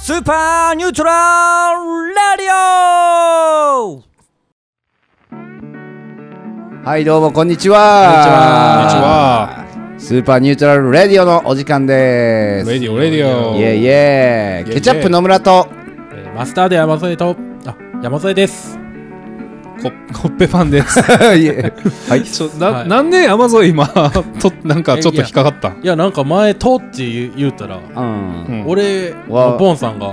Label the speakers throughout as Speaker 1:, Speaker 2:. Speaker 1: スーパーニュートラルラディオ
Speaker 2: はい、どうもこんにち
Speaker 3: こんにち
Speaker 2: は。
Speaker 3: は。
Speaker 2: スーパーニュートラルレディオのお時間で
Speaker 3: レ
Speaker 2: す。
Speaker 3: ディオ、レディオ。
Speaker 2: イエイイエイ。
Speaker 3: イエイ
Speaker 2: ケチャップ野村と
Speaker 4: えーマスターで山添と、あ、山添です。
Speaker 3: ココッペパンです。
Speaker 2: いえはい。
Speaker 3: ちょな、
Speaker 4: はい
Speaker 3: なんで山添今、 と、なんかちょっと引っかかったん
Speaker 4: いや、なんか前、とって言う言うたら、
Speaker 2: うん。
Speaker 3: うん
Speaker 4: 俺、
Speaker 2: わ
Speaker 4: ボンさんが、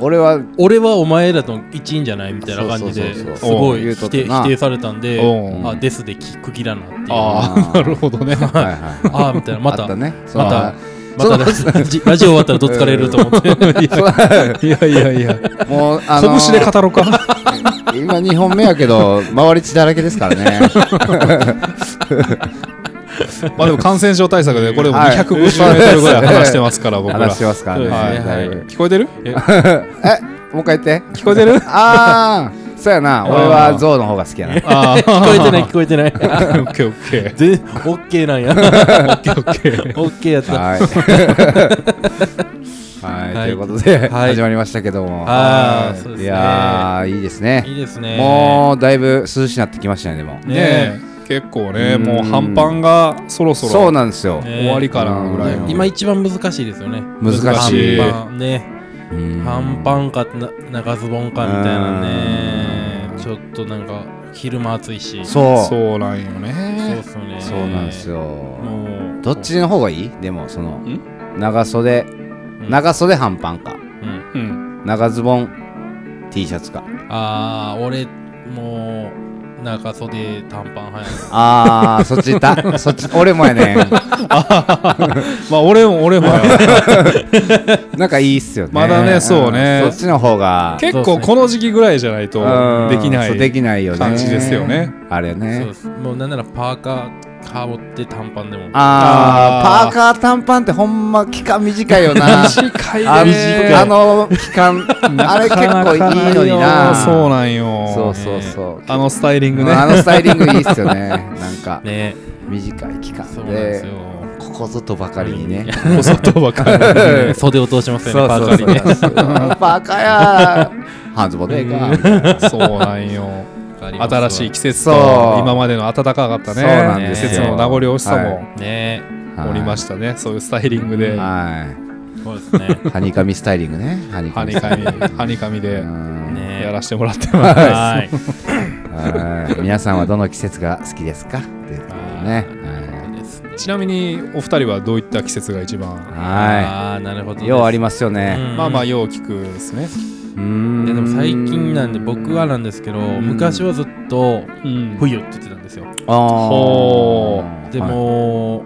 Speaker 2: 俺は
Speaker 4: 俺はお前らの一員じゃないみたいな感じで
Speaker 2: そうそうそう
Speaker 4: す
Speaker 3: そう
Speaker 4: ごい
Speaker 2: 言うと
Speaker 4: 否
Speaker 2: った
Speaker 4: 定
Speaker 2: な
Speaker 4: 否定されたんで
Speaker 3: おう
Speaker 4: あですでき区切らなっていうあ
Speaker 3: ああ、なるほどね。
Speaker 2: はいはい。
Speaker 4: あーみたいなま
Speaker 2: あ
Speaker 4: た
Speaker 2: ったね。そう
Speaker 4: またま
Speaker 2: そう
Speaker 4: たラジラジオ終わったらどつかれると 思って
Speaker 3: いやいやいや。
Speaker 2: もうあの
Speaker 3: 拳で語 ろうか。
Speaker 2: 今2本目やけど周り血だらけですからね。
Speaker 3: まあでも感染症対策で、これも
Speaker 2: はい
Speaker 3: 250メートルぐらい話してますから、僕ら。
Speaker 2: 話してますからね。
Speaker 3: はい
Speaker 2: だいぶ
Speaker 4: は
Speaker 3: 聞こえてる
Speaker 2: え、もう一回言って。
Speaker 3: 聞こえてる
Speaker 2: ああ、そうやな。俺は象の方が好きやな。
Speaker 3: ああ、 聞
Speaker 4: 聞こえてない聞こえてない
Speaker 3: オッケーオッケー。
Speaker 4: 全オッケーなんや
Speaker 3: オッケーオッケー。
Speaker 4: オッケー やった
Speaker 2: はい。はい、
Speaker 4: はい
Speaker 2: ということで、
Speaker 4: はい
Speaker 2: 始まりましたけども。
Speaker 4: ああそうです
Speaker 2: い
Speaker 4: ね
Speaker 2: やー、いいです
Speaker 4: い
Speaker 2: ね。
Speaker 4: いですね
Speaker 2: もうだいぶ涼しくなってきましたね、でも。
Speaker 4: ね
Speaker 3: ねえ、結構ね、
Speaker 2: うん
Speaker 3: もう半パンがそろそろ
Speaker 2: そうなんですよ。
Speaker 4: ね
Speaker 3: 終わりかなぐらいの。
Speaker 4: 今一番難しいですよね
Speaker 2: 難しい。
Speaker 3: 難しい
Speaker 4: パンね
Speaker 2: うん
Speaker 4: 半パンかな長ズボンかみたいなねちょっとなんか昼間暑いしそう
Speaker 2: そう。
Speaker 3: そうなんよ
Speaker 4: っ
Speaker 3: ね。
Speaker 4: すよね
Speaker 2: そうなんですよ。
Speaker 4: もう
Speaker 2: どっちの方がいいでも、その
Speaker 3: ん、
Speaker 2: 長袖、
Speaker 4: ん
Speaker 2: 長袖半パンか、
Speaker 4: うん
Speaker 3: うん。
Speaker 2: 長ズボン T シャツか。
Speaker 4: ああ俺もう中袖短パン派 や
Speaker 2: あー、そっち た、そっち、俺もやねん。
Speaker 3: まあ俺も俺もや。
Speaker 2: なんかいいっすよね。
Speaker 3: まだねそうね
Speaker 2: んそっちの方が。
Speaker 3: 結構この時期ぐらいじゃないと
Speaker 2: うん
Speaker 3: できな
Speaker 2: そうで
Speaker 3: い
Speaker 2: きないよね
Speaker 3: 感じですよね。
Speaker 2: あれ
Speaker 4: なそう
Speaker 2: ね
Speaker 4: ですもうなんならパーカー羽織って短パンでも
Speaker 2: あー
Speaker 3: あ
Speaker 2: パ
Speaker 3: ー
Speaker 2: ーカー短パンってほんま期間短いよな
Speaker 3: 短
Speaker 2: あ
Speaker 3: ね
Speaker 2: のあの期間あれ結構いいのにな
Speaker 3: そうなんよ
Speaker 2: そうそうそう
Speaker 3: あのスタイリングね
Speaker 2: あのスタイリングいいっすよね なんか
Speaker 4: ね
Speaker 2: 短い期
Speaker 4: そう
Speaker 2: 間
Speaker 4: なんです
Speaker 2: で
Speaker 4: よ
Speaker 2: ここぞとばかりにね
Speaker 3: 細とばか り
Speaker 4: 袖を通します
Speaker 2: そ
Speaker 4: よね
Speaker 2: う
Speaker 4: パ
Speaker 2: そ
Speaker 4: ー
Speaker 2: う
Speaker 4: カ
Speaker 2: そ
Speaker 4: ー
Speaker 2: う
Speaker 4: にね
Speaker 2: バカや半ズボンでええかみたいな
Speaker 3: そうなんよ新しい季節と
Speaker 2: そう
Speaker 3: 今までの暖かかった
Speaker 2: そうなん
Speaker 3: ね
Speaker 2: です
Speaker 4: よ
Speaker 3: 季節の名残惜しさ
Speaker 2: は
Speaker 3: も
Speaker 4: ね
Speaker 3: おりましたねそういうスタイリングでは
Speaker 2: はい
Speaker 4: そうです ね
Speaker 2: はにかみスタイリングねはにかみ
Speaker 3: にかみはにかみで
Speaker 2: うん
Speaker 4: ね
Speaker 3: やらせてもらってます
Speaker 4: はい
Speaker 2: はい皆さんはどの季節が好きですかっていうことでねはい
Speaker 4: ですね
Speaker 3: ちなみにお二人はどういった季節が一
Speaker 2: は
Speaker 3: 番
Speaker 4: ああなるほど
Speaker 2: い。ようあり
Speaker 4: ま
Speaker 2: ますよね。
Speaker 3: まあまあ
Speaker 4: い
Speaker 3: よう聞くですね
Speaker 2: うん。
Speaker 4: やでも最近なんで僕はなんですけど
Speaker 2: ん
Speaker 4: 昔はずっと
Speaker 3: うん
Speaker 4: 冬って言ってたんですよ
Speaker 2: あー
Speaker 3: ほ
Speaker 2: はい
Speaker 4: でも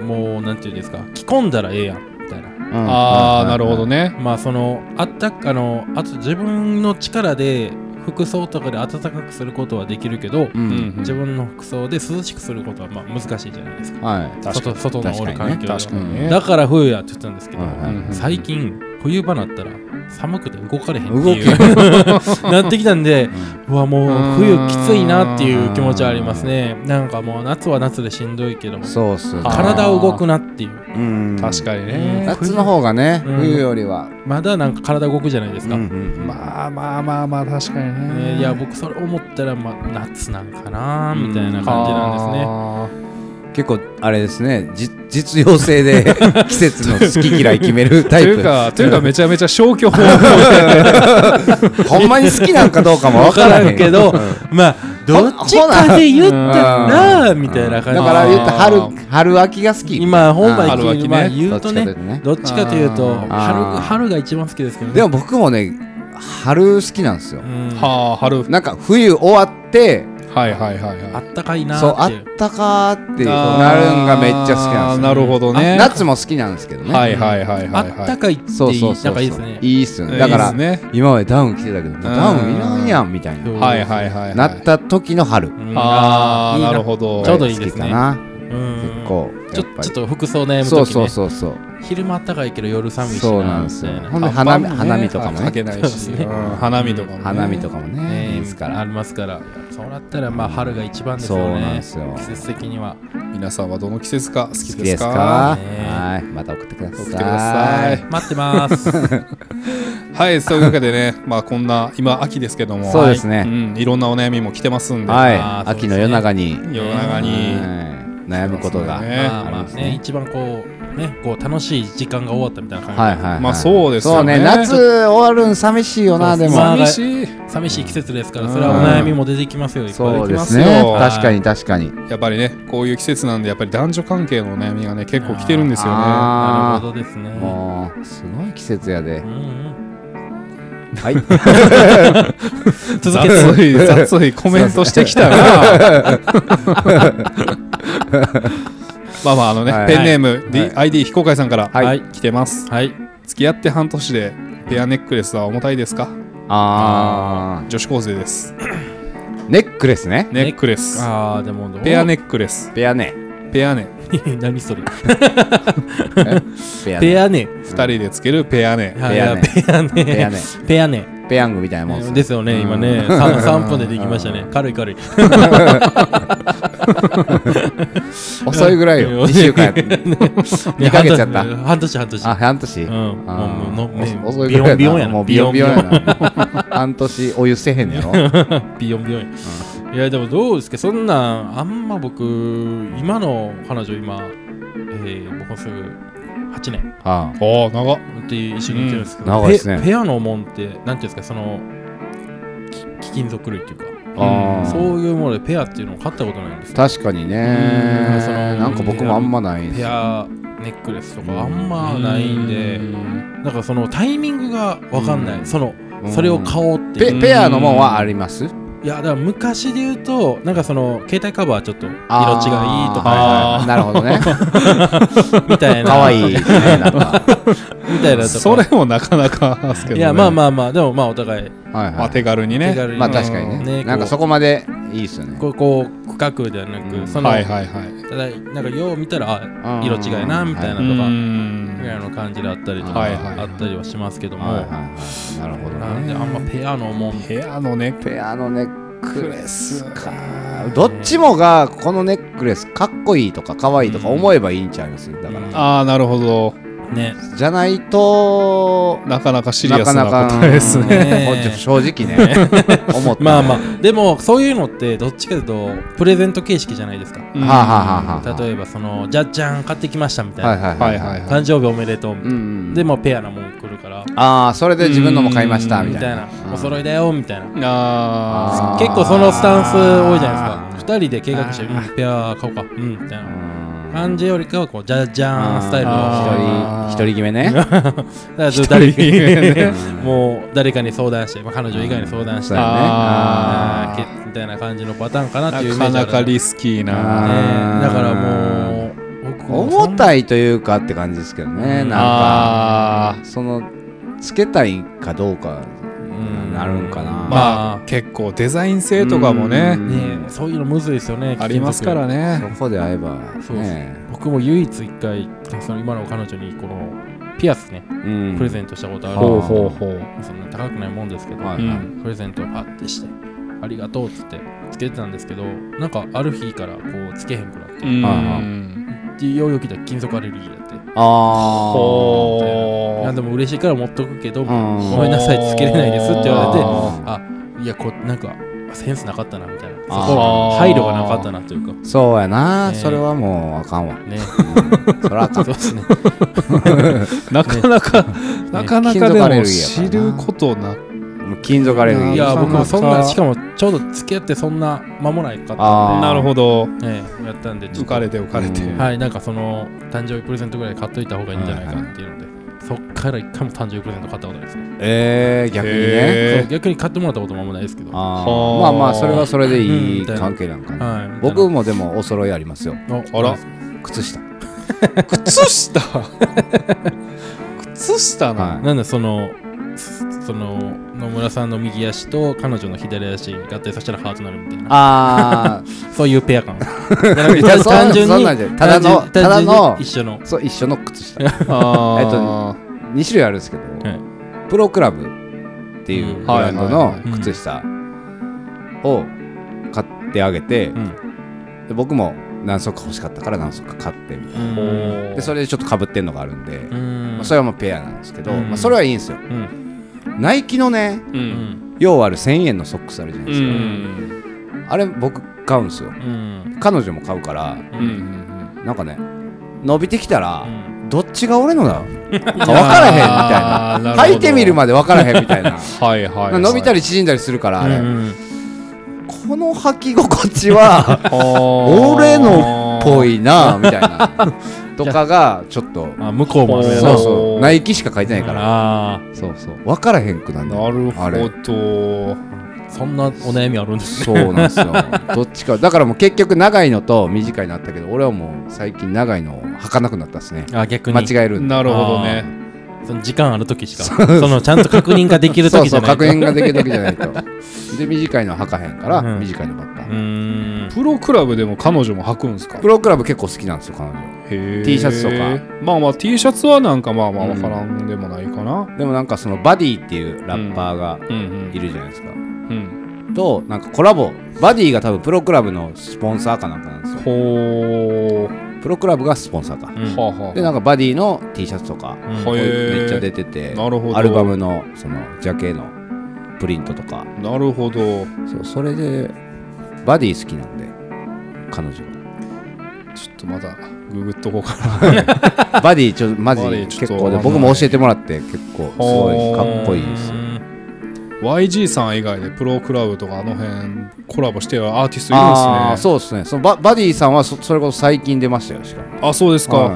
Speaker 4: うもうなんていうんですか着込んだらええやんみたいな
Speaker 2: うん
Speaker 3: ああなるほど。ね
Speaker 4: まあそのあったかあのあと自分の力で服装とかで暖かくすることはできるけど
Speaker 2: う。
Speaker 3: うんん
Speaker 4: 自分の服装で涼しくすることはまあ難しいじゃないですか
Speaker 2: はい。
Speaker 3: 確か
Speaker 4: 外
Speaker 3: に
Speaker 4: 外のおる環境
Speaker 3: 確かにね
Speaker 4: でだから冬やって言ってたんですけど
Speaker 2: はいはい
Speaker 4: 最近冬場なったら寒くて動かれへんって
Speaker 2: 動
Speaker 4: いう なってきたんでうわもう
Speaker 3: う
Speaker 4: 冬
Speaker 3: ーん
Speaker 4: きついなっていう気持ちはありますねなんかもう夏は夏でしんどいけども
Speaker 2: そうっすね。
Speaker 4: 体動くなっていう
Speaker 2: うん。
Speaker 3: 確かにね
Speaker 2: 夏の方がね、
Speaker 4: うん
Speaker 2: 冬よりは。
Speaker 4: まだなんか体動くじゃないですか、
Speaker 2: まあ。
Speaker 3: まあまあまあまあ確かに
Speaker 4: ねいや僕それ思ったらまあ夏なんかなみたいな感じなん
Speaker 3: なんですね
Speaker 2: 結構あれですね。じ実用性で 季節の好き嫌い決めるタ
Speaker 3: と
Speaker 2: イプ。
Speaker 3: いうかというかめちゃめちゃ 消去法
Speaker 2: ほんまに好きなんかどうかもわからへん
Speaker 4: わからんけどですねまあどっちかで言ったらみたい
Speaker 2: だ
Speaker 4: な感じ
Speaker 2: から言ったら
Speaker 3: あ
Speaker 2: 春春秋が好き。
Speaker 4: 今本
Speaker 2: あー
Speaker 4: 来
Speaker 3: 春秋ね
Speaker 4: まあ言うと
Speaker 2: どっちかという
Speaker 4: ね
Speaker 2: とね
Speaker 4: どっちかというと
Speaker 3: あー
Speaker 4: 春春が一番好きですけどね
Speaker 2: でも僕もね春好きなんですよ
Speaker 4: う。ん
Speaker 3: はあ春
Speaker 2: なんか冬終わって
Speaker 3: はいはいはい
Speaker 4: あ
Speaker 3: は
Speaker 4: ったかいな
Speaker 2: そうあっ
Speaker 4: ーっていう
Speaker 2: たかーって
Speaker 3: い
Speaker 2: なるんがめっちゃ好きなんです
Speaker 3: あーな
Speaker 2: よ
Speaker 3: るほどね
Speaker 2: 夏も好きなんですけどね、
Speaker 3: はいはいはい
Speaker 4: あ
Speaker 3: はい
Speaker 4: っ
Speaker 3: は
Speaker 4: た
Speaker 3: い
Speaker 4: かいっていい
Speaker 2: そうそうそうんそ
Speaker 4: なか
Speaker 2: う
Speaker 4: いいですね
Speaker 2: いいっすよねだから
Speaker 3: いいですね
Speaker 2: 今までダウン着てたけどダウンいらんやんみたい
Speaker 4: そ
Speaker 2: な
Speaker 4: う
Speaker 3: はいはいはいはい
Speaker 2: なった時の春
Speaker 4: うん
Speaker 3: あ
Speaker 4: い
Speaker 3: あ
Speaker 4: い
Speaker 3: なるほど
Speaker 4: ちょうどいいですね
Speaker 2: 好きかな
Speaker 4: うん
Speaker 2: 結構
Speaker 4: ち
Speaker 2: や
Speaker 4: ょ
Speaker 2: っぱ
Speaker 4: ちょ
Speaker 2: り
Speaker 4: っと服装悩む
Speaker 2: そう
Speaker 4: 時
Speaker 2: そう
Speaker 4: ね
Speaker 2: そうそう
Speaker 4: 昼間あったかいけど夜寒いし
Speaker 2: そうなんですよ
Speaker 4: みたい
Speaker 2: ほんで
Speaker 3: あ
Speaker 2: 花見
Speaker 3: 晩
Speaker 2: 花見とかも
Speaker 3: かけ
Speaker 2: ね
Speaker 3: ないしうん花見とかもね
Speaker 2: 花見とかもねいいですか
Speaker 4: あ
Speaker 2: ら
Speaker 4: りますからそうなったらまあ春が一番です
Speaker 2: そう
Speaker 4: よね
Speaker 2: なんですよ。
Speaker 4: 季節的には
Speaker 3: 皆さんはどの季節が好
Speaker 2: 好
Speaker 3: き
Speaker 2: き
Speaker 3: で
Speaker 2: ですす
Speaker 3: か
Speaker 2: か
Speaker 4: ね
Speaker 2: はい。また送ってください。
Speaker 3: 送ってください。
Speaker 4: 待ってます
Speaker 3: はい、そういうわけでね、 まあこんな、今秋ですけども、
Speaker 2: そうですね
Speaker 3: はいうん、いろんなお悩みも来てますんで、
Speaker 2: はい。
Speaker 4: あーそうです
Speaker 2: 秋
Speaker 4: ね
Speaker 2: の夜長に、はい
Speaker 3: 世の中に、
Speaker 2: 悩むことが。
Speaker 3: そうですね
Speaker 4: まあまあ
Speaker 2: ありますね
Speaker 4: ね一番こうねこう楽しい時間が終わったみたいな感じ、
Speaker 2: はいはいはい。
Speaker 3: まあそうです
Speaker 2: そ
Speaker 3: よ
Speaker 2: う
Speaker 3: ね
Speaker 2: ね。夏終わるん寂しいよな、
Speaker 4: そう
Speaker 2: で
Speaker 4: ま
Speaker 2: も。
Speaker 4: あ
Speaker 3: 寂しい。
Speaker 4: 寂しい季節ですからそれはお悩みも出てきますよいっぱい
Speaker 2: そうです
Speaker 3: いっぱい
Speaker 2: ね
Speaker 3: でき。ます
Speaker 4: よ
Speaker 2: 確かに確かに。
Speaker 3: やっぱりね、こういう季節なんで、やっぱり男女関係のお悩みがね、結構来てるんですよね。
Speaker 4: な
Speaker 2: あ
Speaker 4: るほどですね
Speaker 2: ーもう、すごい季節やで
Speaker 4: う。ん
Speaker 2: はい。
Speaker 4: うん続けて
Speaker 3: 雑い、雑いコメントしてき たな。まあまあ、あのね、
Speaker 2: はい
Speaker 3: ペンネーム、D- ID 非公開さんから、
Speaker 2: はい
Speaker 3: はい来てます。
Speaker 4: はい
Speaker 3: 付き合って半年で、ペアネックレスは重たいですか
Speaker 2: あ
Speaker 3: 女子高生です。
Speaker 2: ー。ネックレスね。
Speaker 3: ネックレス。
Speaker 4: ああでもどう
Speaker 3: ペアネックレス。
Speaker 2: ペアね。
Speaker 3: ペアネ。
Speaker 4: 何それ
Speaker 2: ペアね。
Speaker 4: ペアネ
Speaker 3: 二人でつけるペアネ。
Speaker 4: はい
Speaker 2: ペアネ
Speaker 4: ペアネ
Speaker 2: ペアね。
Speaker 4: ペアネ
Speaker 2: ペヤングみたいなもんですね
Speaker 4: ですよね、今ね、3, 分でできましたね。軽い軽い。
Speaker 2: 遅いぐらい
Speaker 4: うん
Speaker 2: よ。2週間やって。
Speaker 4: 二
Speaker 2: 2ヶ月やった。
Speaker 4: 半年半年。
Speaker 2: あ、半年
Speaker 4: うん。もう
Speaker 2: あー
Speaker 4: もう
Speaker 2: 遅
Speaker 4: ね
Speaker 2: 遅いぐらいな
Speaker 4: ビヨンビヨンやな
Speaker 2: もうビヨンビヨンやな。半年お湯せへんねや ろ。
Speaker 4: ビヨンビヨン。いや、でもどうですか、そんなん、あんま僕、今の彼女今、えー、僕もうすぐ8年
Speaker 2: あ
Speaker 3: ああ、長っ。
Speaker 4: って一緒にいってるんですけ
Speaker 2: うん
Speaker 4: ど、
Speaker 2: 長いですね
Speaker 4: ペペアのもんって、なんていうんですか、その、き貴金属類っていうか、
Speaker 2: あー。
Speaker 4: そういうものでペアっていうのを買ったことないんですよ
Speaker 2: 確かにね。
Speaker 4: うんその
Speaker 2: なんか僕もあんまないです
Speaker 4: ペアネックレスとかあんまないんで、
Speaker 3: うん
Speaker 4: なんかそのタイミングがわかんない、
Speaker 2: うん
Speaker 4: その
Speaker 2: うん
Speaker 4: それを買おうってい
Speaker 2: ペ
Speaker 4: う、
Speaker 2: ペアのもんはあります
Speaker 4: いやだから昔で言うとなんかその携帯カバーちょっと色違いと
Speaker 2: あー
Speaker 4: か
Speaker 2: なるほど ね。
Speaker 4: みたいな
Speaker 2: かわいいですね。なんか。は
Speaker 4: みたいなとか
Speaker 3: それもなかなかですけど、
Speaker 4: い
Speaker 3: ね。
Speaker 4: やまあまあまあでもまあお互い
Speaker 2: い
Speaker 3: まあ
Speaker 2: は
Speaker 3: 手軽にね。
Speaker 4: 手軽
Speaker 2: い。
Speaker 4: に
Speaker 2: まあ確かに
Speaker 4: ね
Speaker 2: ね。なん
Speaker 4: こ
Speaker 2: か
Speaker 4: う
Speaker 2: そこまでいいですよね。
Speaker 4: こうこう区画ではなく、
Speaker 2: うん
Speaker 4: その、
Speaker 3: はいはいはい。
Speaker 4: ただなんかよう見たらあ
Speaker 2: うん
Speaker 4: 色違いなみたいな
Speaker 2: は
Speaker 4: とか
Speaker 3: うん
Speaker 4: ぐらいの感じであったりとか、
Speaker 3: はいはいはい
Speaker 4: あったりはしますけども、
Speaker 2: はいはいはい。なるほど
Speaker 4: なんであんま
Speaker 2: ね。
Speaker 4: ペアのもん
Speaker 3: ペアのネッ
Speaker 2: ペアのネッ
Speaker 3: ク
Speaker 2: クレ
Speaker 3: レ
Speaker 2: ス。
Speaker 3: スか。
Speaker 2: どっちもがこのネックレスかっこいいとかかわいいとか思えばいいんちゃいますだから、
Speaker 3: ああ、なるほど。
Speaker 4: ね
Speaker 2: じゃないと
Speaker 3: なかなかシリ
Speaker 2: な
Speaker 3: ア
Speaker 2: か
Speaker 3: ス
Speaker 2: な
Speaker 3: な
Speaker 2: か
Speaker 3: 答えですね。
Speaker 4: ね
Speaker 2: うん正直 ね思った
Speaker 4: まあまあでもそういうのってどっちかというとプレゼント形式じゃないですか
Speaker 2: はあ、はあはあはあ
Speaker 4: 例えばそのじゃっじゃん買ってきましたみたいな、
Speaker 2: はいはい
Speaker 3: はいはいは
Speaker 4: 誕生日おめでとう、
Speaker 2: うんうん
Speaker 4: でもうペアなもん来るから
Speaker 2: ああそれで自分のも買いました
Speaker 3: うん。
Speaker 2: み
Speaker 4: み
Speaker 2: たい
Speaker 4: た
Speaker 2: な
Speaker 4: いなお揃いだよみたいない
Speaker 2: あ
Speaker 3: あ
Speaker 2: ー
Speaker 4: 結構そのスタンス多いじゃないですか2人で計画して、うん、ペア買おうかうんみたいな感じよりかはこうじゃじゃーんスタイル
Speaker 3: あ
Speaker 4: の
Speaker 2: 一人一人決めね
Speaker 4: だから
Speaker 3: ー
Speaker 4: 誰
Speaker 3: 一人ね
Speaker 4: もう誰かに相談して、まあ、彼女以外に相談し
Speaker 2: そ
Speaker 4: て
Speaker 2: うやね
Speaker 4: あ
Speaker 3: あ
Speaker 4: ーけみたいな感じのパターンかなっていうイ
Speaker 3: な
Speaker 4: メー
Speaker 3: か
Speaker 4: ジあ
Speaker 3: な
Speaker 4: る
Speaker 3: かリスキー
Speaker 2: あ
Speaker 3: な。
Speaker 4: ね
Speaker 2: ー
Speaker 4: だからも う僕もそん
Speaker 2: 重たいというかって感じですけどね、
Speaker 4: うん
Speaker 2: なんか
Speaker 3: あ
Speaker 2: そのつけたいかどうか
Speaker 4: うん
Speaker 2: なるんかな
Speaker 3: あ、
Speaker 4: ま
Speaker 3: ま
Speaker 4: あ
Speaker 3: あ結構デザイン性とかもね
Speaker 2: う、ん
Speaker 4: ねえそういうのむずいですよね
Speaker 3: ありますから
Speaker 2: そ
Speaker 3: ね。
Speaker 2: こで会えば
Speaker 4: そうです
Speaker 2: ね
Speaker 4: 僕も唯一一回その今の彼女にこのピアスね
Speaker 2: うん
Speaker 4: プレゼントしたことある
Speaker 2: ほ
Speaker 4: ん
Speaker 2: う
Speaker 4: ですけ
Speaker 2: ほ
Speaker 4: ど
Speaker 2: うほう
Speaker 4: そんな高くないもんですけど、
Speaker 2: はい
Speaker 3: うん
Speaker 4: プレゼントをパッてしてありがとうっつってつけてたんですけどなんかある日からこうつけへんくなって、
Speaker 2: あー
Speaker 3: うん
Speaker 4: でようよう聞いたら金属アレルギーだって
Speaker 2: ああ
Speaker 3: ほ
Speaker 4: なん
Speaker 3: う
Speaker 4: でも嬉しいから持っとくけど、
Speaker 2: ん
Speaker 4: ごめんなさいつけれないですって言われて
Speaker 2: あ
Speaker 4: あいやこなんかセンスなかったなみたいなそ
Speaker 2: あー
Speaker 4: こ配慮がなかったなというか
Speaker 2: そうやな、
Speaker 4: ねえ
Speaker 2: それはもうあかんわ。
Speaker 4: ね
Speaker 2: それはあか。
Speaker 4: そうんですね
Speaker 3: なかなか、なかなか
Speaker 2: 金属ア
Speaker 3: で
Speaker 2: レ
Speaker 3: も
Speaker 2: ルギー
Speaker 3: 知
Speaker 2: やからな
Speaker 3: ることな
Speaker 2: もう金属アレルギー。
Speaker 4: いや僕もそん
Speaker 3: なかな
Speaker 4: な
Speaker 3: か
Speaker 4: しかもちょうど付き合ってそんな間もないかった
Speaker 2: あ
Speaker 4: ん
Speaker 2: ー
Speaker 3: なるほど。
Speaker 4: で、ええやったんでちょっ
Speaker 3: 浮
Speaker 4: と
Speaker 3: かれて浮かれて。
Speaker 2: うん
Speaker 4: はいなんかその誕生日プレゼントぐらい買っといた方がいいんじゃないかっていうので、そっから一回も誕生日プレゼント買ったことないですね、
Speaker 2: えー、逆にね。
Speaker 4: そう
Speaker 3: へ
Speaker 4: 逆に買ってもらったこともあんまないですけどはい
Speaker 2: あ
Speaker 3: は
Speaker 2: ー
Speaker 3: あ
Speaker 2: まあまあ、それはそれでい
Speaker 4: うん
Speaker 2: い関係なんかな。
Speaker 4: みたいな
Speaker 2: 僕もでもお揃いありますよ。
Speaker 4: お
Speaker 3: あら
Speaker 2: 靴下。
Speaker 3: ー靴 下靴下な
Speaker 2: は
Speaker 4: なんだそのその野村さんの右足と彼女の左足合体させたらハートになるみたいな
Speaker 2: あ
Speaker 4: そういうペア感
Speaker 2: あ、いや、そんな
Speaker 4: 単純
Speaker 2: そん
Speaker 4: に
Speaker 2: なんじゃないただの、
Speaker 4: 単純
Speaker 2: ただ
Speaker 4: 単純
Speaker 2: の
Speaker 4: に、一緒の
Speaker 2: そう、一緒の靴下。え
Speaker 3: あ
Speaker 2: っと
Speaker 3: ー
Speaker 2: 2種類あるんですけど、プロクラブっていうブランドの靴下をってあげて、
Speaker 4: うん
Speaker 2: で僕も何足か欲しかったから何足か買ってみたいなでそれでちょっとかぶってんのがあるんで、
Speaker 4: うん
Speaker 2: まあ、それはもうペアなんですけど、
Speaker 4: うん
Speaker 2: まあ、それはいいんですよ
Speaker 4: うん
Speaker 2: ナイキのね
Speaker 3: う
Speaker 4: うんん
Speaker 2: 要ある1000円のソックスあるじゃないうですか、
Speaker 3: ん
Speaker 2: あれ僕買うんですよ
Speaker 4: うん
Speaker 2: 彼女も買うから
Speaker 3: う
Speaker 4: うん
Speaker 3: ん
Speaker 2: なんかね伸びてきたら、
Speaker 4: うん
Speaker 2: どっちが俺 のだ分からへんみた
Speaker 3: あーないる
Speaker 2: な
Speaker 3: ほど
Speaker 2: 履いてみるまで分からへんみたいな
Speaker 3: はいはいはい
Speaker 2: 伸びたり縮んだりするからあれ、
Speaker 4: うん
Speaker 2: この履き心地は
Speaker 3: あー
Speaker 2: 俺のっぽいなみたいなとかがちょっと
Speaker 4: あ向こうもあるやな
Speaker 2: そうそうナイキしか書いてないから
Speaker 4: あ
Speaker 2: そうそう分からへんくなんだ
Speaker 3: な
Speaker 2: よ
Speaker 3: る
Speaker 2: あ
Speaker 3: ほ
Speaker 2: れ
Speaker 3: ど
Speaker 4: ーそんなお悩みあるんです
Speaker 2: そうなんですよどっちかだからもう結局長いのと短いのあったけど俺はもう最近長いのを履かなくなったですね
Speaker 4: あ逆に
Speaker 2: 間違えるんで
Speaker 3: なるほどね
Speaker 4: その時間ある時しかそのちゃんと確認ができる
Speaker 2: そう
Speaker 4: 時じ
Speaker 2: そ
Speaker 4: ゃ
Speaker 2: う
Speaker 4: ないと
Speaker 2: 確認ができる時じゃ ないとで短いのは履かへんから
Speaker 4: うん
Speaker 2: 短いのばっか、
Speaker 4: うーん
Speaker 3: プロクラブでも彼女も履くんですか
Speaker 2: プロクラブ結構好きなんですよ彼女
Speaker 3: T
Speaker 2: T シャツとか
Speaker 3: まあまあ T シャツはなんかまあまあわからんでもないかな
Speaker 2: でもなんかそのバディっていうラッパーが
Speaker 3: うん
Speaker 2: いるじゃないですか、
Speaker 3: うん
Speaker 2: となんかコラボバディが多分プロクラブのスポンサーかなんかなんですよ
Speaker 3: ほー
Speaker 2: プロクラブがスポンサーか、
Speaker 4: うん
Speaker 3: はあはあ
Speaker 2: でなんかバディの T シャツとか、
Speaker 4: うん
Speaker 3: はいへー
Speaker 2: めっちゃ出てて
Speaker 3: なるほど
Speaker 2: アルバムのそのジャケのプリントとか
Speaker 3: なるほど
Speaker 2: そうそれでバディ好きなんで彼女
Speaker 3: ちょっとまだググっとこうかな
Speaker 2: が バディちょマジ
Speaker 3: バディちょ
Speaker 2: 結
Speaker 3: っと
Speaker 2: 構で僕も教えてもらって結構すごいかっこいいですよ
Speaker 3: YG さん以外でプロクラブとかあの辺コラボしてるアーティストいるんですね
Speaker 2: ああそうですねそのババディさんはそそれこそ最近出ましたよしかも
Speaker 3: あそうですか、
Speaker 2: は
Speaker 3: へ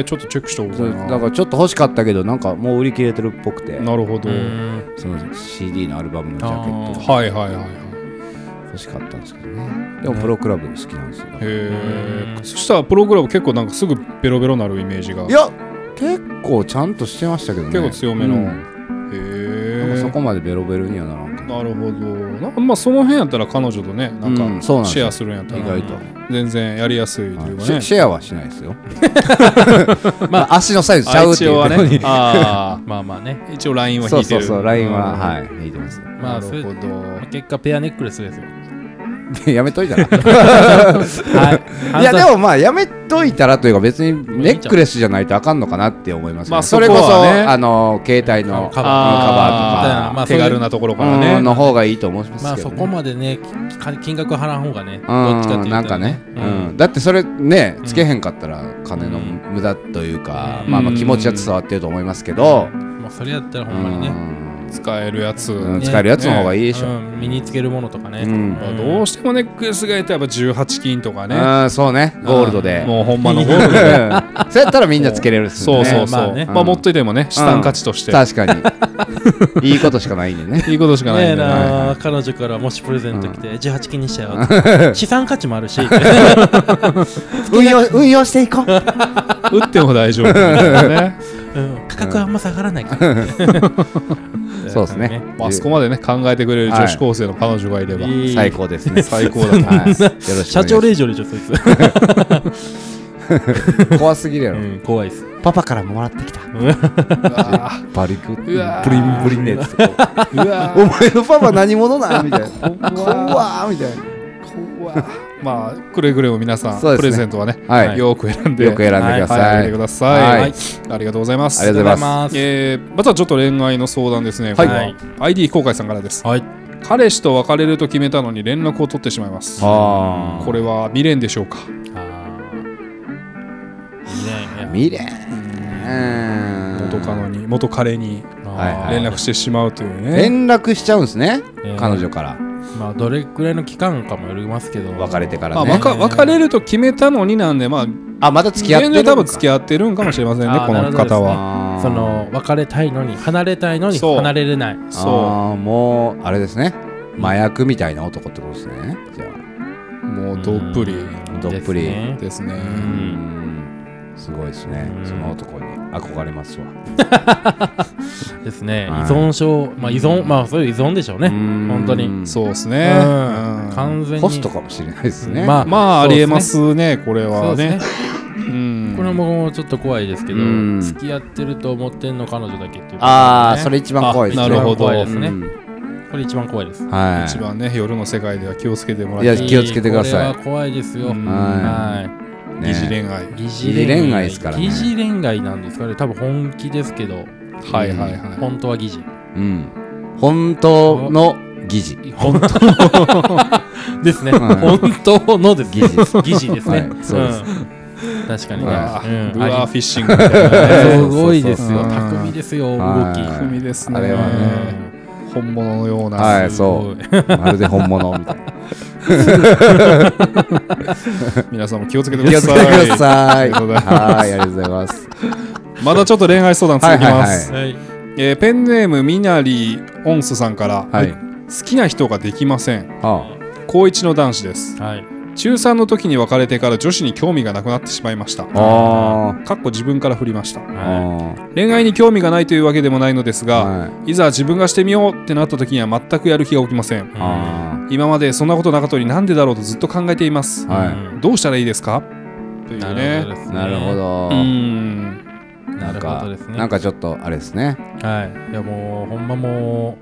Speaker 3: えちょっとチェックしておこう
Speaker 2: そう
Speaker 3: か
Speaker 2: だ
Speaker 3: な
Speaker 2: からちょっと欲しかったけどなんかもう売り切れてるっぽくて
Speaker 3: なるほど、
Speaker 4: う
Speaker 3: は
Speaker 4: ん
Speaker 2: その CD のアルバムのジャケット
Speaker 4: あ
Speaker 3: い
Speaker 2: が
Speaker 3: はいはいはい
Speaker 2: 欲しかったんですけどねでもプロクラブ好きなんですよ
Speaker 3: へえ
Speaker 4: うん
Speaker 3: そしたらプロクラブ結構なんかすぐベロベロなるイメージが
Speaker 2: いや結構ちゃんとしてましたけどね
Speaker 3: 結構強めの
Speaker 2: うんなんか
Speaker 3: へ
Speaker 2: そ
Speaker 3: え
Speaker 2: こまでベロベロにはならんか
Speaker 3: なるほどなんかまあその辺やったら彼女とねな
Speaker 2: うん
Speaker 3: か
Speaker 2: そうなんです
Speaker 3: シ
Speaker 2: よ
Speaker 3: ェアするんやった
Speaker 2: 意
Speaker 3: ら、
Speaker 2: 外と、
Speaker 3: 全然やりやすいという
Speaker 2: は
Speaker 3: か
Speaker 2: い
Speaker 3: ね
Speaker 2: シェシェアはしないですよ まあ足のサイズちゃうってい
Speaker 3: あ一応は
Speaker 2: うのに、
Speaker 3: ねあ
Speaker 4: まあまあね
Speaker 3: あ一応ラインは
Speaker 2: そ
Speaker 3: 引
Speaker 2: う
Speaker 3: いて
Speaker 2: そ
Speaker 3: る
Speaker 2: うそうラインは、
Speaker 3: うん
Speaker 2: はい引いてます
Speaker 4: まあ
Speaker 3: な
Speaker 4: そ
Speaker 3: る
Speaker 4: れ
Speaker 3: ほど
Speaker 4: 結果ペアネックレスですよ
Speaker 2: やめといた ら
Speaker 4: はい
Speaker 2: やで
Speaker 4: も
Speaker 2: もまあやめといたらというか別にネックレスじゃないとあかんのかなって思いますね、
Speaker 3: まあ
Speaker 2: それこそ
Speaker 3: そこはね
Speaker 2: あの携帯のカ
Speaker 4: カバ
Speaker 2: バ
Speaker 3: あ
Speaker 4: ー
Speaker 2: ー
Speaker 4: みたいな
Speaker 3: ー
Speaker 4: まあ
Speaker 3: 手軽なところ
Speaker 2: と
Speaker 3: か
Speaker 2: からね
Speaker 3: ね
Speaker 2: の方がいいと思いますけど、ね、
Speaker 4: まあそこまでねきか金額払う方がねどっちかっ
Speaker 2: う
Speaker 4: て
Speaker 2: ん
Speaker 4: い
Speaker 2: な
Speaker 4: うんと
Speaker 2: かね、
Speaker 4: う
Speaker 2: うんんだってそれねつけへんかったら金の無駄というか、
Speaker 4: うん
Speaker 2: まあ、まあ気持ちは伝わってると思いますけど、
Speaker 4: もうそれやったらほんまにね
Speaker 3: 使えるやつ、
Speaker 2: うん
Speaker 4: ね
Speaker 2: 使えるやつの方がいいでしょ、
Speaker 4: うん身につけるものとかね
Speaker 2: うん
Speaker 3: まあどうしてもネックレスがいたらやっぱ18金とかね、
Speaker 2: うんそうねゴールドで、
Speaker 3: もうほんまのゴ
Speaker 2: うん
Speaker 3: ールドで
Speaker 2: そうやったらみんなつけれるっす
Speaker 3: そ
Speaker 2: よね
Speaker 3: うそうそう、
Speaker 4: ま
Speaker 3: ま
Speaker 4: あ
Speaker 3: あ
Speaker 4: ね
Speaker 2: うん
Speaker 3: 持っといてもね資産価値として、
Speaker 2: 確かにいいことしかないんでね
Speaker 3: いいことしかない
Speaker 4: ねえ
Speaker 3: んでね
Speaker 4: なあ彼女からもしプレゼント来て18金にしちゃうって資産価値もあるし
Speaker 2: 運用運用していこう
Speaker 3: 打っても大丈夫みたいな ね
Speaker 4: うん価格はあんま下がらないから
Speaker 2: そうですね。
Speaker 3: まああそこまでね考えてくれる女子高生の彼女がいれば、
Speaker 4: はいいい
Speaker 2: 最高ですね。
Speaker 3: 最高だと思い
Speaker 2: はい。よろしくお願いします。
Speaker 4: 社長令嬢でしょそいつ
Speaker 2: 怖すぎるや
Speaker 4: う
Speaker 2: ろ。
Speaker 4: ん怖いっす
Speaker 2: パパからもらってきた。
Speaker 3: あ
Speaker 2: バリクプリ
Speaker 3: うわー
Speaker 2: ンプリンのやつ。
Speaker 3: ーうわ
Speaker 2: お前のパパ何者な みたいな。怖ーみたいな。
Speaker 3: ー怖ーまあくれぐれも皆さん、
Speaker 2: そうですね
Speaker 3: プレゼントはね、
Speaker 2: はい
Speaker 3: よく選んで
Speaker 2: よく選んでくだ
Speaker 3: はい、
Speaker 2: さ
Speaker 3: 選んで
Speaker 2: い。
Speaker 3: ください、
Speaker 2: はい
Speaker 3: ありがとうございます
Speaker 2: ありがとうございます
Speaker 4: ます
Speaker 3: えーまずはちょっと恋愛の相談ですね、
Speaker 2: はい
Speaker 3: これ ID 公開さんからです、
Speaker 4: はい
Speaker 3: 彼氏と別れると決めたのに連絡を取ってしまいます
Speaker 2: あ
Speaker 3: これは未練でしょうか
Speaker 4: あーいいねいや
Speaker 2: あ。見れん。
Speaker 3: 元カノに元彼に
Speaker 2: はい
Speaker 3: 連絡してしまうというね、
Speaker 2: 連絡しちゃうんですね
Speaker 4: えー。
Speaker 2: 彼女から
Speaker 4: まあどれくらいの期間かもよりますけど
Speaker 2: 別れてから
Speaker 3: まあ、
Speaker 2: ね
Speaker 3: わ。か別れると決めたのになんで、まあ、
Speaker 2: あまた付き合って
Speaker 3: 現
Speaker 2: るん
Speaker 3: 状
Speaker 2: か。
Speaker 3: 多分付き合ってるんかもしれませんね
Speaker 4: あ、ー
Speaker 3: この方は。
Speaker 2: あー
Speaker 4: そ。の別れたいのに離れたいのに
Speaker 3: そう
Speaker 4: 離れれない
Speaker 3: そ
Speaker 2: あーもうあれですね。麻薬みたいな男ってことですね。じゃ
Speaker 3: う、もうどっぷり
Speaker 4: うん
Speaker 2: どっぷり
Speaker 4: ですね
Speaker 3: です
Speaker 2: あ。
Speaker 3: ね。
Speaker 2: うん。すごいですね
Speaker 4: う。ん
Speaker 2: その男に憧れますわ。
Speaker 4: ですね依
Speaker 2: はい
Speaker 4: 存症まあ依存まあそういう依存でしょうね本当に
Speaker 2: そ
Speaker 3: そうですね。
Speaker 4: うん
Speaker 3: うん
Speaker 4: 完全に
Speaker 2: ホストかもしれないですね。
Speaker 4: まあ
Speaker 3: まあ、あ
Speaker 4: そう
Speaker 3: り
Speaker 4: で
Speaker 3: え
Speaker 4: すね
Speaker 3: ますね、これ
Speaker 4: そ
Speaker 3: は
Speaker 4: うです
Speaker 3: ね
Speaker 4: ね。
Speaker 3: うん
Speaker 4: これもちょっと怖いですけど
Speaker 2: うん
Speaker 4: 付き合ってると思ってんの彼女だけっていうことですね
Speaker 2: ああ、それ一番怖いです
Speaker 3: あ
Speaker 2: ね。
Speaker 3: なるほど
Speaker 4: 一番怖いですね
Speaker 2: うん
Speaker 4: ここれ一番怖いです。
Speaker 2: は
Speaker 3: 一
Speaker 2: い
Speaker 3: 番ね夜の世界では気をつけてもら
Speaker 2: い
Speaker 3: い
Speaker 2: や
Speaker 3: た
Speaker 2: 気をつけてください
Speaker 4: これは怖いですよ。
Speaker 3: うん
Speaker 4: は
Speaker 3: 疑似
Speaker 2: ね
Speaker 3: 恋愛、
Speaker 4: い。疑
Speaker 2: 疑似恋愛ですからね
Speaker 4: 疑似恋愛なんですかね。多分本気ですけど、
Speaker 3: はいはいは
Speaker 4: 本当は疑似。
Speaker 2: うん本当の疑似
Speaker 4: 本当ですね。
Speaker 2: はい
Speaker 4: 本当のです。
Speaker 2: 疑 似です
Speaker 4: 疑似です
Speaker 2: は
Speaker 4: ね。
Speaker 2: いそうです
Speaker 4: うん確か
Speaker 3: い
Speaker 4: にね。
Speaker 2: は
Speaker 3: うわ
Speaker 4: うん
Speaker 3: ルアー
Speaker 4: あ
Speaker 3: フィッシングみたいなね
Speaker 4: り
Speaker 2: そ
Speaker 4: す
Speaker 2: うそう
Speaker 4: ごいですよ。
Speaker 3: うん
Speaker 4: 巧みですよ。動き。
Speaker 2: は
Speaker 3: 組ですね
Speaker 2: あれはね
Speaker 3: 本物のような、
Speaker 2: はい
Speaker 4: すご
Speaker 2: そ。うまるで本物み たいな
Speaker 3: 皆さんも気をつけてく
Speaker 2: 気
Speaker 3: だ
Speaker 2: をつけ
Speaker 3: さい
Speaker 2: てください
Speaker 3: ありがとうござい
Speaker 2: はいありがとうございます
Speaker 3: まだちょっと恋愛相談続きます、
Speaker 2: はいはい
Speaker 4: はい。
Speaker 3: えーペンネームみなりオンスさんから、
Speaker 2: はい
Speaker 3: 好きな人ができません
Speaker 2: あ
Speaker 3: 高一の男子です
Speaker 4: はい。
Speaker 3: 中3の時に別れてから女子に興味がなくなってしまいました
Speaker 2: ああ
Speaker 3: かっこ自分から振りました
Speaker 2: あ
Speaker 4: は
Speaker 3: 恋愛に興味がないというわけでもないのですが、
Speaker 2: はい
Speaker 3: いざ自分がしてみようってなった時には全くやる気が起きません
Speaker 4: い。
Speaker 2: あ
Speaker 3: 今までそんなことなかったのになんでだろうとずっと考えています
Speaker 2: あはい
Speaker 4: うん
Speaker 3: どうしたらいいですかという
Speaker 4: なるほど
Speaker 3: ね
Speaker 4: です
Speaker 2: あ
Speaker 4: ね。
Speaker 2: なるほど
Speaker 3: うーん
Speaker 4: な
Speaker 2: なん
Speaker 4: るほ
Speaker 2: か
Speaker 4: どですね。
Speaker 2: なんかちょっとあれですね
Speaker 4: はい。いやもう、ほんまも